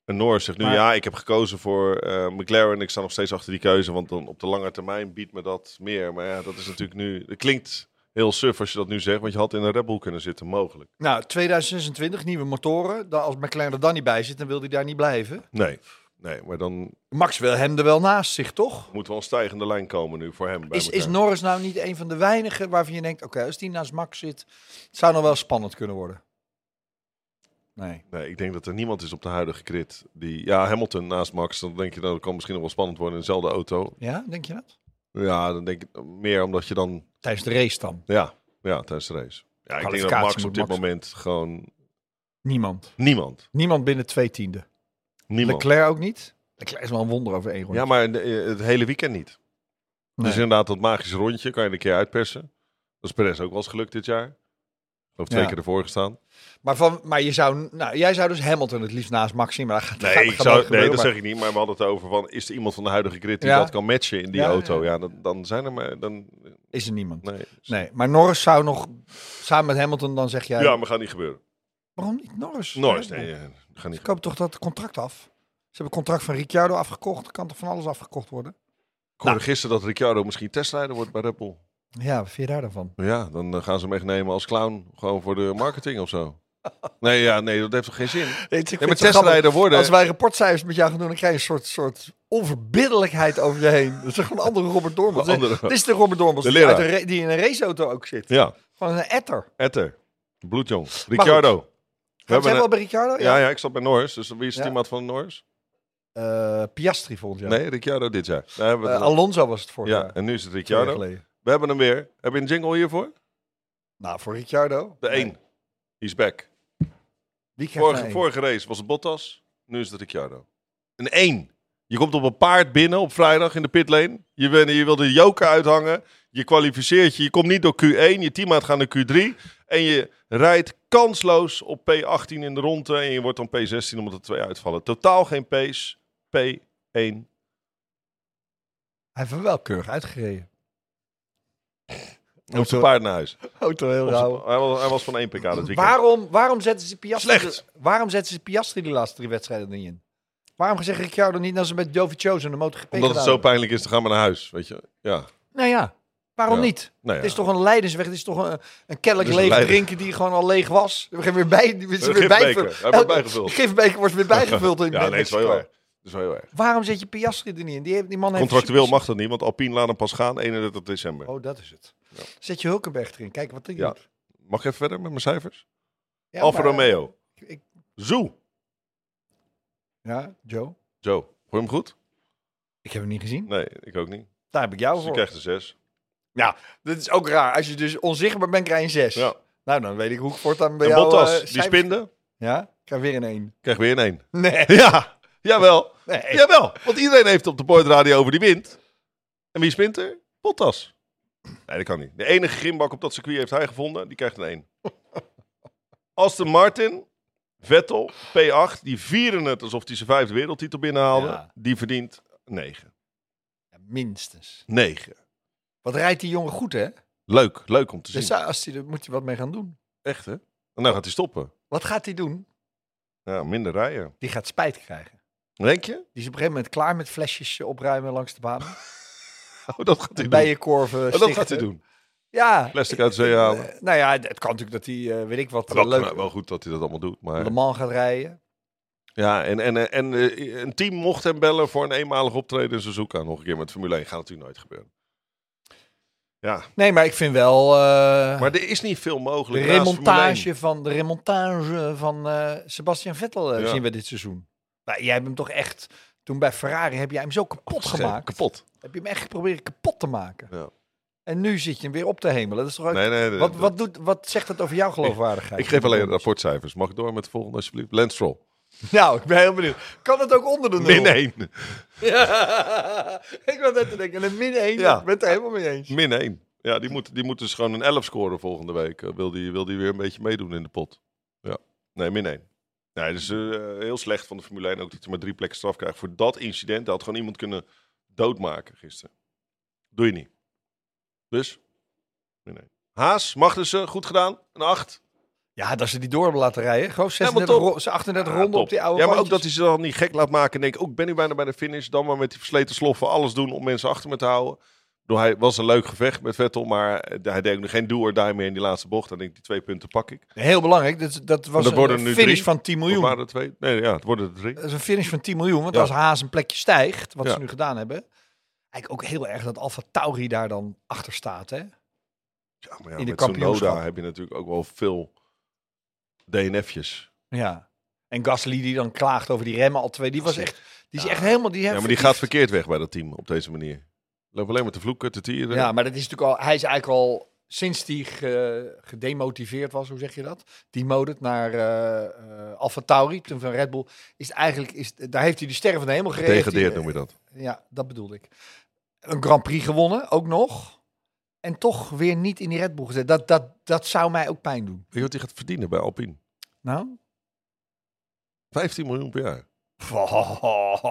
Speaker 2: En Norris zegt nu,
Speaker 1: Maar-
Speaker 2: ja, ik heb gekozen voor eh McLaren. Ik sta nog steeds achter die keuze, want dan op de lange termijn biedt me dat meer. Maar ja, dat is natuurlijk nu... Het klinkt heel suf als je dat nu zegt, want je had in een Red Bull kunnen zitten, mogelijk.
Speaker 1: Nou, 2026, nieuwe motoren. Dan, als McLaren er dan niet bij zit, dan wil hij daar niet blijven.
Speaker 2: Nee, nee, maar dan
Speaker 1: Max wil hem er wel naast zich, toch?
Speaker 2: moet wel een stijgende lijn komen nu voor hem. Bij
Speaker 1: Is, is
Speaker 2: McLaren.
Speaker 1: Norris nou niet een van de weinigen waarvan je denkt... oké, als die naast Max zit, het zou nog wel spannend kunnen worden? Nee.
Speaker 2: Nee, ik denk dat er niemand is op de huidige crit die... Ja, Hamilton naast Max, dan denk je, nou, dat kan misschien nog wel spannend worden in dezelfde auto.
Speaker 1: Ja, denk je dat?
Speaker 2: Ja, dan denk ik meer omdat je dan...
Speaker 1: Tijdens de race dan?
Speaker 2: Ja, ja tijdens de race. Ja, ik denk dat
Speaker 1: Kwalificatie
Speaker 2: Max
Speaker 1: moet
Speaker 2: op dit
Speaker 1: Max.
Speaker 2: moment gewoon...
Speaker 1: Niemand.
Speaker 2: Niemand.
Speaker 1: Niemand binnen twee tiende.
Speaker 2: Niemand.
Speaker 1: Leclerc ook niet? Leclerc is wel een wonder over één rondje.
Speaker 2: Ja, maar de- eh, het hele weekend niet.
Speaker 1: Nee.
Speaker 2: Dus inderdaad, dat magische rondje kan je een keer uitpersen. Dat is Perez ook wel eens gelukt dit jaar. Of twee
Speaker 1: Ja.
Speaker 2: keer ervoor gestaan.
Speaker 1: Maar, van, maar je zou, nou, jij zou dus Hamilton het liefst naast Max zien. Maar dat gaat,
Speaker 2: Nee,
Speaker 1: gaat-
Speaker 2: ik
Speaker 1: gaat
Speaker 2: zou,
Speaker 1: nooit
Speaker 2: nee
Speaker 1: gebeuren,
Speaker 2: dat
Speaker 1: maar-
Speaker 2: zeg ik niet. Maar we hadden het over van, is er iemand van de huidige grid die
Speaker 1: Ja.
Speaker 2: dat kan matchen in die
Speaker 1: Ja,
Speaker 2: auto? Ja, dan, dan zijn er maar... Dan,
Speaker 1: Is er niemand.
Speaker 2: nee.
Speaker 1: Nee, maar Norris zou nog samen met Hamilton, dan zeg jij.
Speaker 2: Ja, maar gaat niet gebeuren.
Speaker 1: Waarom niet Norris?
Speaker 2: Norris,
Speaker 1: Red
Speaker 2: nee,
Speaker 1: Bull.
Speaker 2: eh, gaat
Speaker 1: Ze
Speaker 2: niet
Speaker 1: kopen toch dat contract af? Ze hebben het contract van Ricciardo afgekocht. Er kan toch van alles afgekocht worden?
Speaker 2: Ik hoorde gisteren dat Ricciardo misschien testrijder wordt bij Red Bull.
Speaker 1: Ja, wat vind je daar dan van?
Speaker 2: Ja, dan eh, gaan ze hem echt nemen als clown. Gewoon voor de marketing of zo. Nee, ja, nee dat heeft toch geen zin?
Speaker 1: Ik
Speaker 2: Nee, maar testrijder worden.
Speaker 1: Als wij rapportcijfers met jou gaan doen, dan krijg je een soort, soort onverbiddelijkheid over je heen. Dat is gewoon een andere Robert Dormans.
Speaker 2: Een andere-
Speaker 1: Dit is de Robert Dormans
Speaker 2: De
Speaker 1: die, uit
Speaker 2: leraar.
Speaker 1: een ra- die in een raceauto ook zit.
Speaker 2: Ja,
Speaker 1: Gewoon een etter. Gaat
Speaker 2: Etter. Bloedjong. Ricciardo. We
Speaker 1: hebben
Speaker 2: hebben
Speaker 1: wel
Speaker 2: een-
Speaker 1: bij Ricciardo?
Speaker 2: ja, ja, ik zat bij Norris. Dus wie is het
Speaker 1: Ja.
Speaker 2: teammaat van Norris?
Speaker 1: Eh, Piastri volgens jou.
Speaker 2: Nee, Ricciardo dit jaar. Daar hebben we
Speaker 1: Eh,
Speaker 2: het al.
Speaker 1: Alonso was het vorig
Speaker 2: Ja,
Speaker 1: jaar.
Speaker 2: en nu is het
Speaker 1: Twee jaar
Speaker 2: Ricciardo.
Speaker 1: geleden.
Speaker 2: We hebben hem weer. Heb je een jingle hiervoor?
Speaker 1: Nou, voor Ricciardo.
Speaker 2: De 1. He's back.
Speaker 1: Die krijgt een
Speaker 2: Vorige,
Speaker 1: één.
Speaker 2: vorige race was het Bottas. Nu is het Ricciardo. Een 1. Je komt op een paard binnen op vrijdag in de pitlane. Je, wil- je wil de joker uithangen. Je kwalificeert je. Je komt niet door Q1. Je teammaat gaat naar Q3. En je rijdt kansloos op P18 in de ronde. En je wordt dan P16 omdat er twee uitvallen. Totaal geen P's. P1.
Speaker 1: Hij heeft hem wel keurig uitgereden.
Speaker 2: Op zijn paard naar huis.
Speaker 1: Auto Oh, heel
Speaker 2: Op zijn- Hij was, hij was van 1 pk dat weekend.
Speaker 1: Waarom, waarom zetten ze Piastri...
Speaker 2: Slecht.
Speaker 1: Waarom zetten ze Piastri die laatste drie wedstrijden niet in? Waarom gezegd Ricciardo niet dat ze met Dovizioso en de MotoGP
Speaker 2: Omdat het
Speaker 1: gedaan
Speaker 2: zo
Speaker 1: hebben?
Speaker 2: pijnlijk is, dan gaan we naar huis. Weet je? Ja.
Speaker 1: Nou ja, waarom
Speaker 2: Ja.
Speaker 1: niet?
Speaker 2: Nou ja.
Speaker 1: Het is toch een leidersweg. Het is toch een, een kennelijk
Speaker 2: Dus een
Speaker 1: leeg
Speaker 2: leider.
Speaker 1: drinken die gewoon al leeg was. We gaan weer bij. Die is er
Speaker 2: Een
Speaker 1: weer bij.
Speaker 2: gifbeker. Hij wordt bijgevuld.
Speaker 1: Gifbeker wordt weer bijgevuld. in
Speaker 2: ja, nee, het is wel
Speaker 1: Mexico.
Speaker 2: heel erg. Het is wel heel erg.
Speaker 1: Waarom zet je Piastri er niet in? Die, heeft, die man heeft
Speaker 2: Contractueel
Speaker 1: super-
Speaker 2: mag dat niet, want Alpine laat hem pas gaan 31 december.
Speaker 1: Oh, dat is het. Zet je Hulkenberg erin. Kijk wat die
Speaker 2: Ja.
Speaker 1: doet.
Speaker 2: Mag ik even verder met mijn cijfers?
Speaker 1: Ja,
Speaker 2: Alfa
Speaker 1: maar- eh,
Speaker 2: Romeo.
Speaker 1: ik-
Speaker 2: Zoe.
Speaker 1: Ja, Joe.
Speaker 2: Joe. Hoor je hem goed?
Speaker 1: Ik heb hem niet gezien.
Speaker 2: Nee, ik ook niet.
Speaker 1: Daar heb ik jou
Speaker 2: Dus ik
Speaker 1: voor.
Speaker 2: krijg de 6.
Speaker 1: Ja, dit is ook raar. Als je dus onzichtbaar bent, krijg je een 6.
Speaker 2: Ja.
Speaker 1: Nou, dan weet ik hoe ik voortaan bij
Speaker 2: En
Speaker 1: jou...
Speaker 2: Bottas,
Speaker 1: eh,
Speaker 2: die
Speaker 1: cijfers-
Speaker 2: spinde,
Speaker 1: Ja, ik krijg weer een 1.
Speaker 2: krijg weer een 1.
Speaker 1: Nee.
Speaker 2: Ja, jawel.
Speaker 1: Nee.
Speaker 2: Jawel, want iedereen heeft op de boordradio over die wint. En wie spint er? Bottas. Nee, dat kan niet. De enige grimbak op dat circuit heeft hij gevonden. Die krijgt een 1. Aston Martin, Vettel, P8. Die vieren het alsof hij zijn vijfde wereldtitel binnenhaalde.
Speaker 1: Ja.
Speaker 2: Die verdient 9.
Speaker 1: Ja, minstens.
Speaker 2: 9.
Speaker 1: Wat rijdt die jongen goed, hè?
Speaker 2: Leuk, leuk om te zien.
Speaker 1: Dus daar- als die, daar moet je wat mee gaan doen.
Speaker 2: Echt, hè? En nou gaat hij stoppen.
Speaker 1: Wat gaat hij doen?
Speaker 2: Ja, minder rijden.
Speaker 1: Die gaat spijt krijgen.
Speaker 2: Denk je?
Speaker 1: Die is op een gegeven moment klaar met flesjes eh, opruimen langs de baan.
Speaker 2: Oh, dat gaat hij doen.
Speaker 1: Bijenkorven
Speaker 2: Oh, dat
Speaker 1: stichten.
Speaker 2: gaat hij doen.
Speaker 1: Ja.
Speaker 2: Plastic uit zee halen.
Speaker 1: Eh, nou ja, het kan natuurlijk dat hij, eh, weet ik wat,
Speaker 2: Wel,
Speaker 1: eh, leuk
Speaker 2: wel goed dat hij dat allemaal doet. Maar...
Speaker 1: Le Mans gaat rijden.
Speaker 2: Ja, en, en, eh, en eh, een team mocht hem bellen voor een eenmalig optreden in Suzuka. Nog een keer met Formule 1 gaat natuurlijk nooit gebeuren. Ja,
Speaker 1: Nee, maar ik vind wel... eh,
Speaker 2: maar er is niet veel
Speaker 1: de
Speaker 2: mogelijk naast Formule
Speaker 1: remontage van, de remontage van eh, Sebastian Vettel eh,
Speaker 2: Ja.
Speaker 1: zien we dit seizoen. Maar jij hebt hem toch echt... Toen bij Ferrari heb jij hem zo kapot
Speaker 2: 1.
Speaker 1: gemaakt.
Speaker 2: Kapot.
Speaker 1: Heb je hem echt geprobeerd kapot te maken.
Speaker 2: Ja.
Speaker 1: En nu zit je hem weer op te hemelen. Dat is toch ook...
Speaker 2: Nee, nee, nee,
Speaker 1: wat,
Speaker 2: dat-
Speaker 1: wat, doet, wat zegt het over jouw geloofwaardigheid?
Speaker 2: Ik geef alleen rapportcijfers. Mag ik door met de volgende, alsjeblieft? Lance Stroll.
Speaker 1: Nou, ik ben heel benieuwd. Kan het ook onder de nul?
Speaker 2: Min 1.
Speaker 1: Ja, ik was net te denken, een min 1,
Speaker 2: Ja.
Speaker 1: ik ben het er helemaal mee eens.
Speaker 2: Min 1. Ja, die moet, die moet dus gewoon een 11 scoren volgende week. Eh, Wil die, wil die weer een beetje meedoen in de pot. Ja. Nee, min 1. Nee, dus eh, heel slecht van de Formule 1 ook dat hij maar drie plekken straf krijgt voor dat incident. Dat had gewoon iemand kunnen doodmaken gisteren. Doe je niet. Dus, min 1. Haas, Magnussen, goed gedaan. Een 8.
Speaker 1: Ja, dat ze die door hebben laten rijden. Gewoon
Speaker 2: Helemaal
Speaker 1: 36
Speaker 2: top.
Speaker 1: ro- ze 38
Speaker 2: Ja,
Speaker 1: ronden
Speaker 2: top.
Speaker 1: op die oude
Speaker 2: Ja, maar ook dat
Speaker 1: bandjes.
Speaker 2: hij ze dan niet gek laat maken. En denk, ook ik ben nu bijna bij de finish. Dan maar met die versleten sloffen alles doen om mensen achter me te houden. Door hij was een leuk gevecht met Vettel, maar eh, hij deed ook nog geen do or die meer in die laatste bocht. Dan denk ik, die twee punten pak ik.
Speaker 1: Heel belangrijk, dat, dat was
Speaker 2: er worden
Speaker 1: een
Speaker 2: nu
Speaker 1: finish
Speaker 2: drie.
Speaker 1: van 10
Speaker 2: Of
Speaker 1: miljoen.
Speaker 2: waren er twee? Nee, ja, het worden er drie.
Speaker 1: Dat is een finish van 10 miljoen, want
Speaker 2: Ja.
Speaker 1: als Haas een plekje stijgt, wat
Speaker 2: Ja.
Speaker 1: ze nu gedaan hebben. Eigenlijk ook heel erg dat Alfa Tauri daar dan achter staat, hè?
Speaker 2: Ja, maar ja,
Speaker 1: in de
Speaker 2: met
Speaker 1: kampioenschap.
Speaker 2: Tsunoda heb je natuurlijk ook wel veel DNF'jes.
Speaker 1: Ja. En Gasly die dan klaagt over die remmen al twee, die was echt, die is
Speaker 2: Ja.
Speaker 1: echt helemaal... Die
Speaker 2: Ja, maar die gaat verkeerd weg bij dat team op deze manier. Loop alleen maar te vloeken, te tieren.
Speaker 1: Ja, maar dat is natuurlijk al. Hij is eigenlijk al sinds die ge- gedemotiveerd was, hoe zeg je dat? Die moded naar eh eh Alfa Tauri, toen van Red Bull, is het eigenlijk is het- daar heeft hij de sterren van de hemel gereden.
Speaker 2: Degradeerd noem
Speaker 1: Heeft
Speaker 2: je dat.
Speaker 1: hij- eh, Ja, dat bedoelde ik. Een Grand Prix gewonnen, ook nog. En toch weer niet in die Red Bull gezet. Dat, dat, dat zou mij ook pijn doen.
Speaker 2: Weet je wat hij gaat verdienen bij Alpine?
Speaker 1: Nou?
Speaker 2: 15 miljoen per jaar.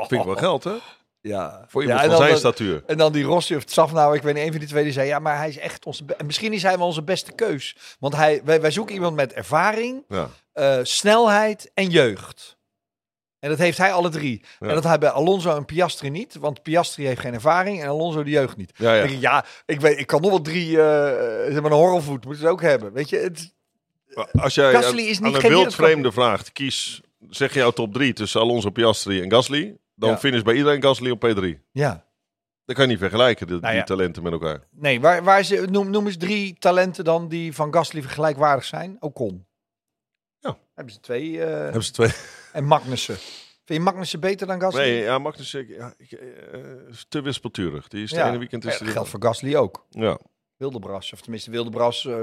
Speaker 2: Vind ik wel geld, hè?
Speaker 1: Ja.
Speaker 2: Voor
Speaker 1: Oh. ja, en
Speaker 2: iemand van
Speaker 1: dan
Speaker 2: zijn
Speaker 1: dat-
Speaker 2: statuur.
Speaker 1: En dan die Rossi of Tsafnauer, ik weet niet, een van die twee die zei... ja, maar hij is echt onze... be- en Misschien is hij wel onze beste keus. Want hij, wij, wij zoeken iemand met ervaring,
Speaker 2: Ja.
Speaker 1: eh, snelheid en jeugd. En dat heeft hij alle drie.
Speaker 2: Ja.
Speaker 1: En dat hij bij Alonso en Piastri niet. Want Piastri heeft geen ervaring en Alonso de jeugd niet.
Speaker 2: Ja,
Speaker 1: Ja,
Speaker 2: ja.
Speaker 1: ik, ja, ik, weet, ik kan nog wel drie... eh, eh, zeg maar een horrelvoet moeten ze ook hebben. Weet je, het,
Speaker 2: Maar Als jij
Speaker 1: Gasly
Speaker 2: aan-
Speaker 1: is niet
Speaker 2: aan een
Speaker 1: geen
Speaker 2: wildvreemde vraagt, kies, zeg jouw top 3 tussen Alonso, Piastri en Gasly. Dan
Speaker 1: Ja.
Speaker 2: finish bij iedereen Gasly op P3.
Speaker 1: ja.
Speaker 2: Dat kan je niet vergelijken, de,
Speaker 1: Nou ja.
Speaker 2: die talenten met elkaar.
Speaker 1: Nee, waar, waar ze, noem, noem eens drie talenten dan die van Gasly gelijkwaardig zijn. Ocon.
Speaker 2: Ja.
Speaker 1: Hebben ze twee... eh,
Speaker 2: Hebben ze twee?
Speaker 1: En Magnussen. Vind je Magnussen beter dan Gasly?
Speaker 2: Nee, ja, Magnus ik- ja, ik, eh, is te wispelturig. Die is de ene weekend is
Speaker 1: Ja,
Speaker 2: die-
Speaker 1: dat geldt voor Gasly ook.
Speaker 2: Ja.
Speaker 1: Wildebras, of tenminste Wildebras. eh,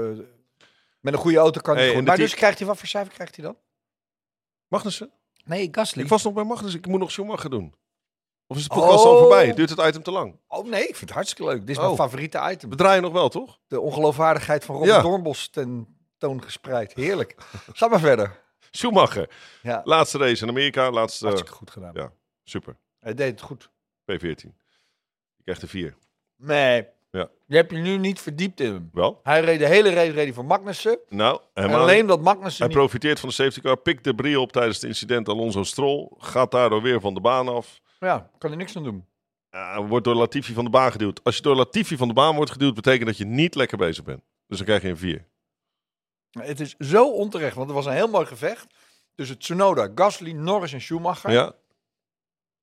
Speaker 1: met een goede auto kan hij
Speaker 2: Hey, en
Speaker 1: goed.
Speaker 2: de
Speaker 1: Maar
Speaker 2: team-
Speaker 1: dus krijgt hij wat voor cijfer krijgt hij dan?
Speaker 2: Magnussen?
Speaker 1: Nee, Gasly.
Speaker 2: Ik was nog bij Magnussen. Ik moet nog Schumacher doen. Of is de podcast al
Speaker 1: Oh.
Speaker 2: voorbij? Duurt het item te lang?
Speaker 1: Oh nee, ik vind het hartstikke leuk. Dit is
Speaker 2: Oh.
Speaker 1: mijn favoriete item.
Speaker 2: We draaien nog wel, toch?
Speaker 1: De ongeloofwaardigheid van Robert
Speaker 2: Ja.
Speaker 1: Doornbos ten toon gespreid. Heerlijk. Ga maar verder.
Speaker 2: Schumacher.
Speaker 1: Ja,
Speaker 2: Laatste race in Amerika. Laatste.
Speaker 1: hartstikke goed gedaan.
Speaker 2: ja. Super.
Speaker 1: Hij deed het goed.
Speaker 2: P14. Ik krijg de 4.
Speaker 1: Nee.
Speaker 2: Ja.
Speaker 1: Je hebt je nu niet verdiept in hem.
Speaker 2: Wel?
Speaker 1: Hij reed de hele race reed hij voor Magnussen.
Speaker 2: Nou,
Speaker 1: En
Speaker 2: helemaal
Speaker 1: alleen dat
Speaker 2: Hij
Speaker 1: Magnussen niet...
Speaker 2: profiteert van de safety car, pikt de brie op tijdens het incident Alonso Stroll, gaat daardoor weer van de baan af,
Speaker 1: Ja, kan hij niks aan doen.
Speaker 2: eh, wordt door Latifi van de baan geduwd. Als je door Latifi van de baan wordt geduwd, betekent dat je niet lekker bezig bent. Dus dan krijg je een 4.
Speaker 1: Het is zo onterecht, want het was een heel mooi gevecht tussen Tsunoda, Gasly, Norris en Schumacher.
Speaker 2: Ja?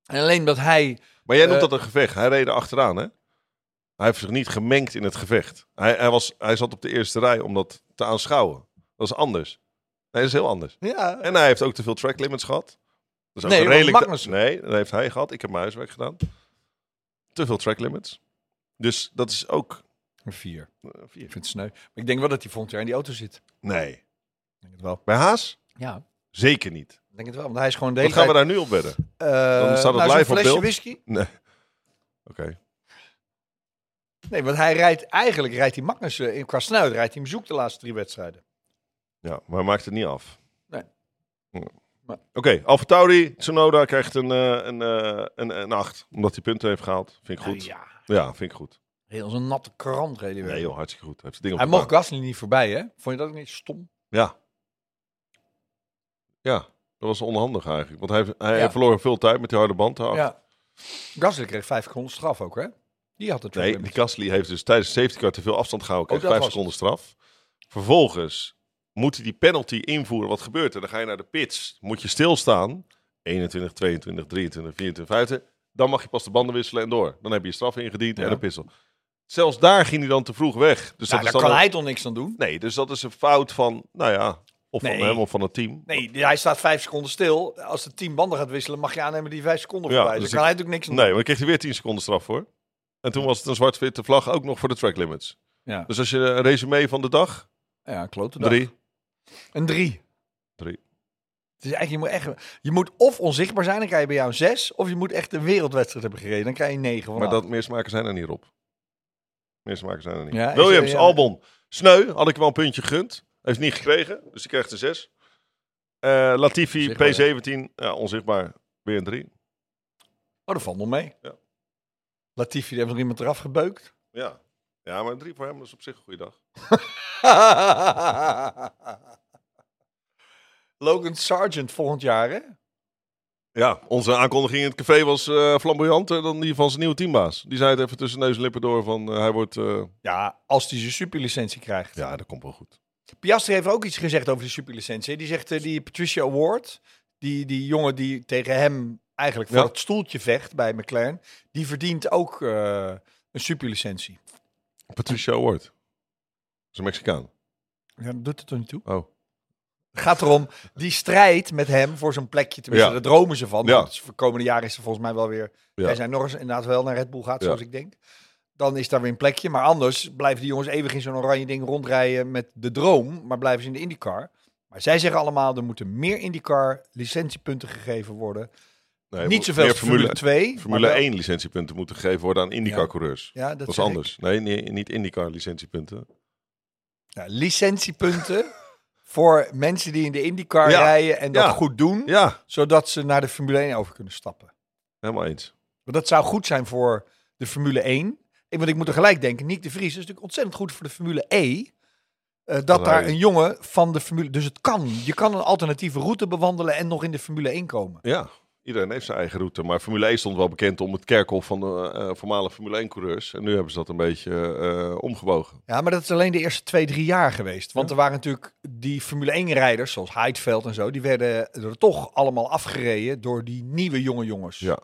Speaker 1: En alleen dat hij...
Speaker 2: Maar jij noemt
Speaker 1: Eh,
Speaker 2: dat een gevecht. Hij reed er achteraan, hè? Hij heeft zich niet gemengd in het gevecht. Hij, hij, was, hij zat op de eerste rij om dat te aanschouwen. Dat is anders. Nee, dat is heel anders.
Speaker 1: Ja,
Speaker 2: En hij heeft ook te veel track limits gehad. Dus
Speaker 1: Nee, dat was
Speaker 2: redelijk
Speaker 1: Magnussen.
Speaker 2: nee, dat heeft hij gehad. Ik heb mijn huiswerk gedaan. Te veel track limits. Dus dat is ook
Speaker 1: een vier.
Speaker 2: eh,
Speaker 1: Ik
Speaker 2: vier.
Speaker 1: vind het sneu. Maar ik denk wel dat hij volgend jaar in die auto zit. Ik
Speaker 2: Nee.
Speaker 1: denk het wel.
Speaker 2: Bij Haas?
Speaker 1: Ja,
Speaker 2: Zeker niet.
Speaker 1: ik denk het wel. Want hij is gewoon de
Speaker 2: Wat
Speaker 1: hele
Speaker 2: gaan we
Speaker 1: tijd...
Speaker 2: daar nu op bedden? Oké.
Speaker 1: eh,
Speaker 2: Dan staat het
Speaker 1: nou, zo'n
Speaker 2: live op
Speaker 1: flesje
Speaker 2: beeld.
Speaker 1: whisky.
Speaker 2: Okay.
Speaker 1: Nee, want hij rijdt... Eigenlijk rijdt hij Magnussen... in- Qua snelheid rijdt hij hem zoek de laatste drie wedstrijden.
Speaker 2: Ja, maar hij maakt het niet af.
Speaker 1: Nee.
Speaker 2: Hm.
Speaker 1: Maar-
Speaker 2: Oké, Alfa AlphaTauri, Tsunoda krijgt een, eh, een, eh, een, een 8. Omdat hij punten heeft gehaald. Vind ik goed.
Speaker 1: Nou
Speaker 2: ja.
Speaker 1: ja,
Speaker 2: vind ik goed.
Speaker 1: heel zo'n natte krant reed hij weer.
Speaker 2: Nee joh, hartstikke goed. Hij heeft het ding op
Speaker 1: Hij
Speaker 2: de
Speaker 1: mocht
Speaker 2: baan.
Speaker 1: Gasly niet voorbij, hè? Vond je dat ook niet stom?
Speaker 2: Ja. Ja, dat was onhandig eigenlijk. Want hij, hij
Speaker 1: Ja.
Speaker 2: verloor veel tijd met die harde band. daar.
Speaker 1: Ja. Gasly kreeg vijf seconden straf ook, hè? Die had het
Speaker 2: Nee,
Speaker 1: probleem.
Speaker 2: die Gasly heeft dus tijdens de safety car te veel afstand gehouden. Kreeg
Speaker 1: Oh, dat
Speaker 2: 5
Speaker 1: was
Speaker 2: seconden straf. Vervolgens moet hij die penalty invoeren. Wat gebeurt er? Dan ga je naar de pits. Moet je stilstaan. 21, 22, 23, 24, 25. Dan mag je pas de banden wisselen en door. Dan heb je je straf ingediend en
Speaker 1: Ja.
Speaker 2: een pissel. Zelfs daar ging hij dan te vroeg weg. Dus
Speaker 1: Nou,
Speaker 2: dat is
Speaker 1: daar
Speaker 2: dan
Speaker 1: kan
Speaker 2: een-
Speaker 1: hij toch niks aan doen?
Speaker 2: Nee, dus dat is een fout van, nou ja, of
Speaker 1: Nee.
Speaker 2: van hem of van het team.
Speaker 1: Nee, die- hij staat vijf seconden stil. Als de team banden gaat wisselen, mag je aannemen die vijf seconden
Speaker 2: Ja,
Speaker 1: voorbij is.
Speaker 2: dus
Speaker 1: Daar kan hij natuurlijk niks aan
Speaker 2: Nee, maar dan kreeg hij weer 10 seconden straf voor. En toen was het een zwart-witte vlag ook nog voor de track limits.
Speaker 1: doen. Ja,
Speaker 2: Dus als je een resume van de dag,
Speaker 1: ja klote dag.
Speaker 2: drie.
Speaker 1: Een drie.
Speaker 2: Drie.
Speaker 1: Dus eigenlijk, je moet, echt, je moet of onzichtbaar zijn, dan krijg je bij jou een zes. Of je moet echt een wereldwedstrijd hebben gereden, dan krijg je een negen.
Speaker 2: Maar
Speaker 1: vanaf.
Speaker 2: dat meer smaken zijn er niet op. Meer smaken zijn er niet.
Speaker 1: Ja, is-
Speaker 2: Williams,
Speaker 1: ja.
Speaker 2: Albon, Sneu, had ik wel een puntje gegund. Heeft niet gekregen, dus die krijgt een 6. Latifi,
Speaker 1: Onzichtbaar,
Speaker 2: P17, ja, onzichtbaar, weer een 3.
Speaker 1: Oh, dat valt nog mee.
Speaker 2: Ja.
Speaker 1: Latifi, die heeft nog iemand eraf gebeukt.
Speaker 2: Ja. ja, maar een 3 voor hem is op zich een goede dag.
Speaker 1: Logan Sargent volgend jaar, hè?
Speaker 2: Ja, onze aankondiging in het café was eh, flamboyanter dan die van zijn nieuwe teambaas. Die zei het even tussen neus en lippen door van eh, hij wordt... eh,
Speaker 1: Ja, als hij zijn superlicentie krijgt.
Speaker 2: ja, dat komt wel goed.
Speaker 1: Piastri heeft ook iets gezegd over de superlicentie. Die zegt, eh, die Patricia Award, die, die jongen die tegen hem eigenlijk voor
Speaker 2: Ja.
Speaker 1: het stoeltje vecht bij McLaren, die verdient ook eh, een superlicentie.
Speaker 2: Patricia Award. Dat is een Mexicaan.
Speaker 1: Ja, dat doet het er niet toe.
Speaker 2: Oh.
Speaker 1: Het gaat erom, die strijd met hem voor zo'n plekje, tenminste,
Speaker 2: Ja.
Speaker 1: daar dromen ze van.
Speaker 2: Ja.
Speaker 1: Want de komende jaren is er volgens mij wel weer,
Speaker 2: Ja.
Speaker 1: hij zijn nog eens inderdaad wel naar Red Bull gaat,
Speaker 2: Ja.
Speaker 1: zoals ik denk. Dan is daar weer een plekje. Maar anders blijven die jongens eeuwig in zo'n oranje ding rondrijden met de droom, maar blijven ze in de IndyCar. Maar zij zeggen allemaal, er moeten meer IndyCar licentiepunten gegeven worden.
Speaker 2: Nee,
Speaker 1: Niet zoveel
Speaker 2: meer
Speaker 1: als Formule 2. maar
Speaker 2: Formule
Speaker 1: wel-
Speaker 2: 1 licentiepunten moeten gegeven worden aan IndyCar-coureurs.
Speaker 1: Ja, dat,
Speaker 2: Dat is
Speaker 1: zeg ik.
Speaker 2: anders. Nee, nee, niet IndyCar licentiepunten.
Speaker 1: Ja, licentiepunten voor mensen die in de IndyCar
Speaker 2: Ja.
Speaker 1: rijden en dat
Speaker 2: Ja.
Speaker 1: goed doen,
Speaker 2: Ja, zodat.
Speaker 1: zodat ze naar de Formule 1 over kunnen stappen.
Speaker 2: Helemaal eens.
Speaker 1: Want dat zou goed zijn voor de Formule 1. Ik- Want ik moet er gelijk denken, Nick de Vries is natuurlijk ontzettend goed voor de Formule E. eh, dat
Speaker 2: Dat
Speaker 1: daar
Speaker 2: hij-
Speaker 1: een jongen van de Formule... Dus het kan. Je kan een alternatieve route bewandelen en nog in de Formule 1 komen.
Speaker 2: Ja, iedereen heeft zijn eigen route. Maar Formule 1 stond wel bekend om het kerkhof van de eh, voormalige Formule 1-coureurs. En nu hebben ze dat een beetje eh, omgebogen.
Speaker 1: Ja, maar dat is alleen de eerste twee, drie jaar geweest. Want er waren natuurlijk die Formule 1-rijders, zoals Heidveld en zo... die werden er toch allemaal afgereden door die nieuwe jonge jongens.
Speaker 2: Ja.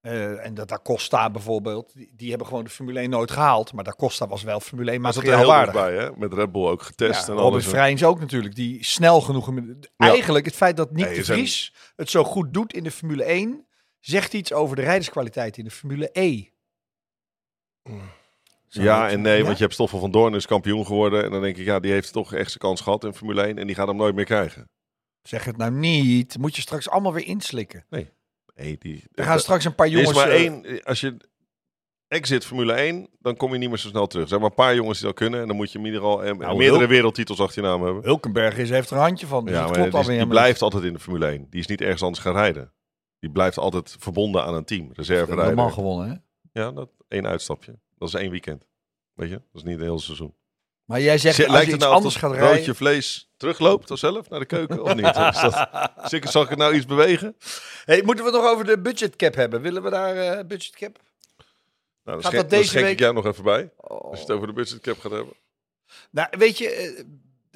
Speaker 1: Eh, en dat da Costa bijvoorbeeld, die, die hebben gewoon de Formule 1 nooit gehaald. Maar da Costa was wel Formule 1
Speaker 2: Maar zat er heel
Speaker 1: materiaal
Speaker 2: goed
Speaker 1: waardig.
Speaker 2: bij, hè? Met Red Bull ook getest
Speaker 1: Ja,
Speaker 2: en
Speaker 1: Robert
Speaker 2: alles.
Speaker 1: Vrijns ook natuurlijk, die snel genoeg... Eigenlijk het feit dat Nick
Speaker 2: Nee,
Speaker 1: de
Speaker 2: er zijn-
Speaker 1: Vries het zo goed doet in de Formule 1... zegt iets over de rijderskwaliteit in de Formule E.
Speaker 2: Ja en nee, want je hebt Stoffel van Doorn is kampioen geworden. En dan denk ik, ja, die heeft toch echt zijn kans gehad in Formule 1. En die gaat hem nooit meer krijgen.
Speaker 1: Zeg het nou niet, moet je straks allemaal weer inslikken.
Speaker 2: Nee, die...
Speaker 1: Er gaan straks een paar
Speaker 2: Er is
Speaker 1: jongens...
Speaker 2: maar
Speaker 1: eh,
Speaker 2: één, als je exit Formule 1, dan kom je niet meer zo snel terug. Er zijn maar een paar jongens die dat kunnen. En dan moet je in ieder geval en,
Speaker 1: Nou,
Speaker 2: meerdere
Speaker 1: heel-
Speaker 2: wereldtitels achter je naam hebben.
Speaker 1: Hulkenberg is, heeft er een handje van. Dus
Speaker 2: ja,
Speaker 1: het
Speaker 2: maar
Speaker 1: klopt
Speaker 2: die, is-
Speaker 1: alweer.
Speaker 2: die
Speaker 1: maar-
Speaker 2: blijft altijd in de Formule 1. Die is niet ergens anders gaan rijden. Die blijft altijd verbonden aan een team.
Speaker 1: Ja,
Speaker 2: Reserve
Speaker 1: dat man
Speaker 2: rijden.
Speaker 1: gewonnen, hè?
Speaker 2: Ja, dat één uitstapje. Dat is één weekend. Weet je, dat is niet een heel seizoen.
Speaker 1: Maar jij zegt,
Speaker 2: Zit-
Speaker 1: als je
Speaker 2: het
Speaker 1: iets
Speaker 2: nou
Speaker 1: anders
Speaker 2: of
Speaker 1: gaat
Speaker 2: dat
Speaker 1: rijden...
Speaker 2: broodje vlees terugloopt of zelf naar de keuken of niet? Is dat, Zeker, zal ik het nou iets bewegen?
Speaker 1: Hey, moeten we het nog over de budgetcap hebben? Willen we daar eh budgetcap?
Speaker 2: Nou, dan,
Speaker 1: dat
Speaker 2: schenk, dan
Speaker 1: deze
Speaker 2: schenk
Speaker 1: week-
Speaker 2: ik jou nog even bij.
Speaker 1: Oh.
Speaker 2: Als je het over de budgetcap gaat hebben.
Speaker 1: Nou, weet je, eh,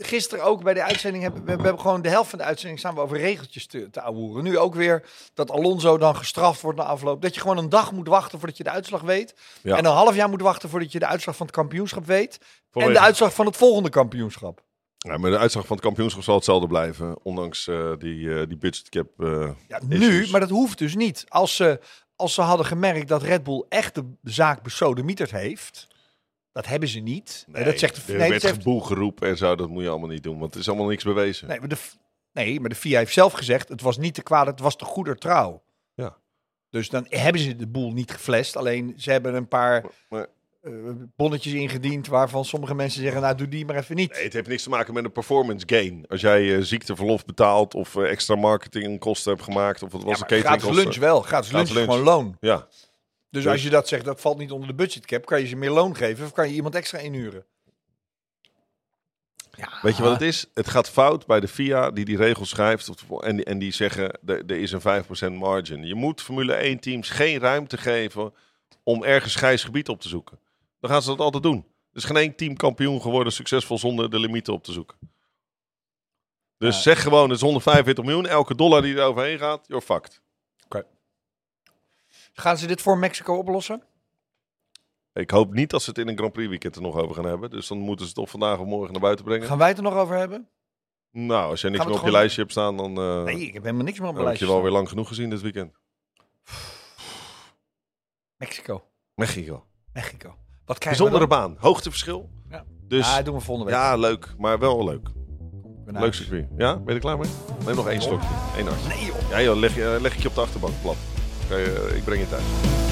Speaker 1: gisteren ook bij de uitzending hebben we, we hebben gewoon de helft van de uitzending staan we over regeltjes te, te ouwehoeren. Nu ook weer dat Alonso dan gestraft wordt na afloop. Dat je gewoon een dag moet wachten voordat je de uitslag weet.
Speaker 2: Ja.
Speaker 1: En een half jaar moet wachten voordat je de uitslag van het kampioenschap weet.
Speaker 2: Vanwege-
Speaker 1: En de uitslag van het volgende kampioenschap.
Speaker 2: Ja, Nou, maar de uitslag van het kampioenschap zal hetzelfde blijven. Ondanks eh, die, eh, die budgetcap. eh,
Speaker 1: Ja, nu,
Speaker 2: issues.
Speaker 1: maar dat hoeft dus niet. Als ze, als ze hadden gemerkt dat Red Bull echt de zaak besodemieterd heeft... Dat hebben ze niet. Nee, dat zegt de,
Speaker 2: Er
Speaker 1: nee, dat
Speaker 2: werd
Speaker 1: zegt,
Speaker 2: geboel geroep en zo. Dat moet je allemaal niet doen. Want het is allemaal niks bewezen.
Speaker 1: nee, maar de, nee, maar de FIA heeft zelf gezegd... het was niet te kwaad, het was te goeder trouw.
Speaker 2: Ja.
Speaker 1: Dus dan hebben ze de boel niet geflasht. Alleen ze hebben een paar
Speaker 2: Maar-
Speaker 1: eh, bonnetjes ingediend... waarvan sommige mensen zeggen, nou doe die maar even niet.
Speaker 2: Nee, het heeft niks te maken met een performance gain. Als jij eh, ziekteverlof betaalt of eh, extra marketingkosten hebt gemaakt. Of wat was
Speaker 1: Ja,
Speaker 2: de
Speaker 1: maar gratis
Speaker 2: cateringkosten?
Speaker 1: lunch wel. Gratis lunch is
Speaker 2: eh, lunch.
Speaker 1: gewoon loon.
Speaker 2: Ja,
Speaker 1: Dus
Speaker 2: Dus-
Speaker 1: als je dat zegt, dat valt niet onder de budgetcap... kan je ze meer loon geven of kan je iemand extra inhuren.
Speaker 2: Weet je wat het is? Het gaat fout bij de FIA die die regels schrijft. of- En, en die zeggen, er er is een 5% margin. Je moet Formule 1 teams geen ruimte geven om ergens grijs gebied op te zoeken. Dan gaan ze dat altijd doen. Er is geen één team kampioen geworden succesvol zonder de limieten op te zoeken. Dus
Speaker 1: Ja.
Speaker 2: zeg gewoon, het is 145 miljoen. Elke dollar die er overheen gaat, you're fucked.
Speaker 1: Gaan ze dit voor Mexico oplossen?
Speaker 2: Ik hoop niet dat ze het in een Grand Prix weekend er nog over gaan hebben. Dus dan moeten ze het of vandaag of morgen naar buiten brengen.
Speaker 1: Gaan wij het er nog over hebben?
Speaker 2: Nou, als
Speaker 1: Gaan
Speaker 2: jij niks meer
Speaker 1: we
Speaker 2: op
Speaker 1: het
Speaker 2: je
Speaker 1: gewoon-
Speaker 2: lijstje hebt staan, dan, eh,
Speaker 1: Nee, ik heb helemaal niks meer op mijn
Speaker 2: dan heb je
Speaker 1: lijstje.
Speaker 2: wel weer lang genoeg gezien dit weekend.
Speaker 1: Mexico.
Speaker 2: Mexico.
Speaker 1: Mexico. Wat krijgen
Speaker 2: Bijzondere
Speaker 1: we
Speaker 2: baan. Hoogteverschil.
Speaker 1: Ja.
Speaker 2: Dus
Speaker 1: Ja,
Speaker 2: ja,
Speaker 1: dat doen we volgende week.
Speaker 2: leuk. Maar wel leuk.
Speaker 1: Ja,
Speaker 2: Leuk circuit. Ja, ben je er klaar mee? Neem nog één slokje. Eén hartje.
Speaker 1: Oh. Nee joh.
Speaker 2: Ja joh, leg, je- eh, leg ik je op de achterbank plat. Kan je- ik breng je thuis.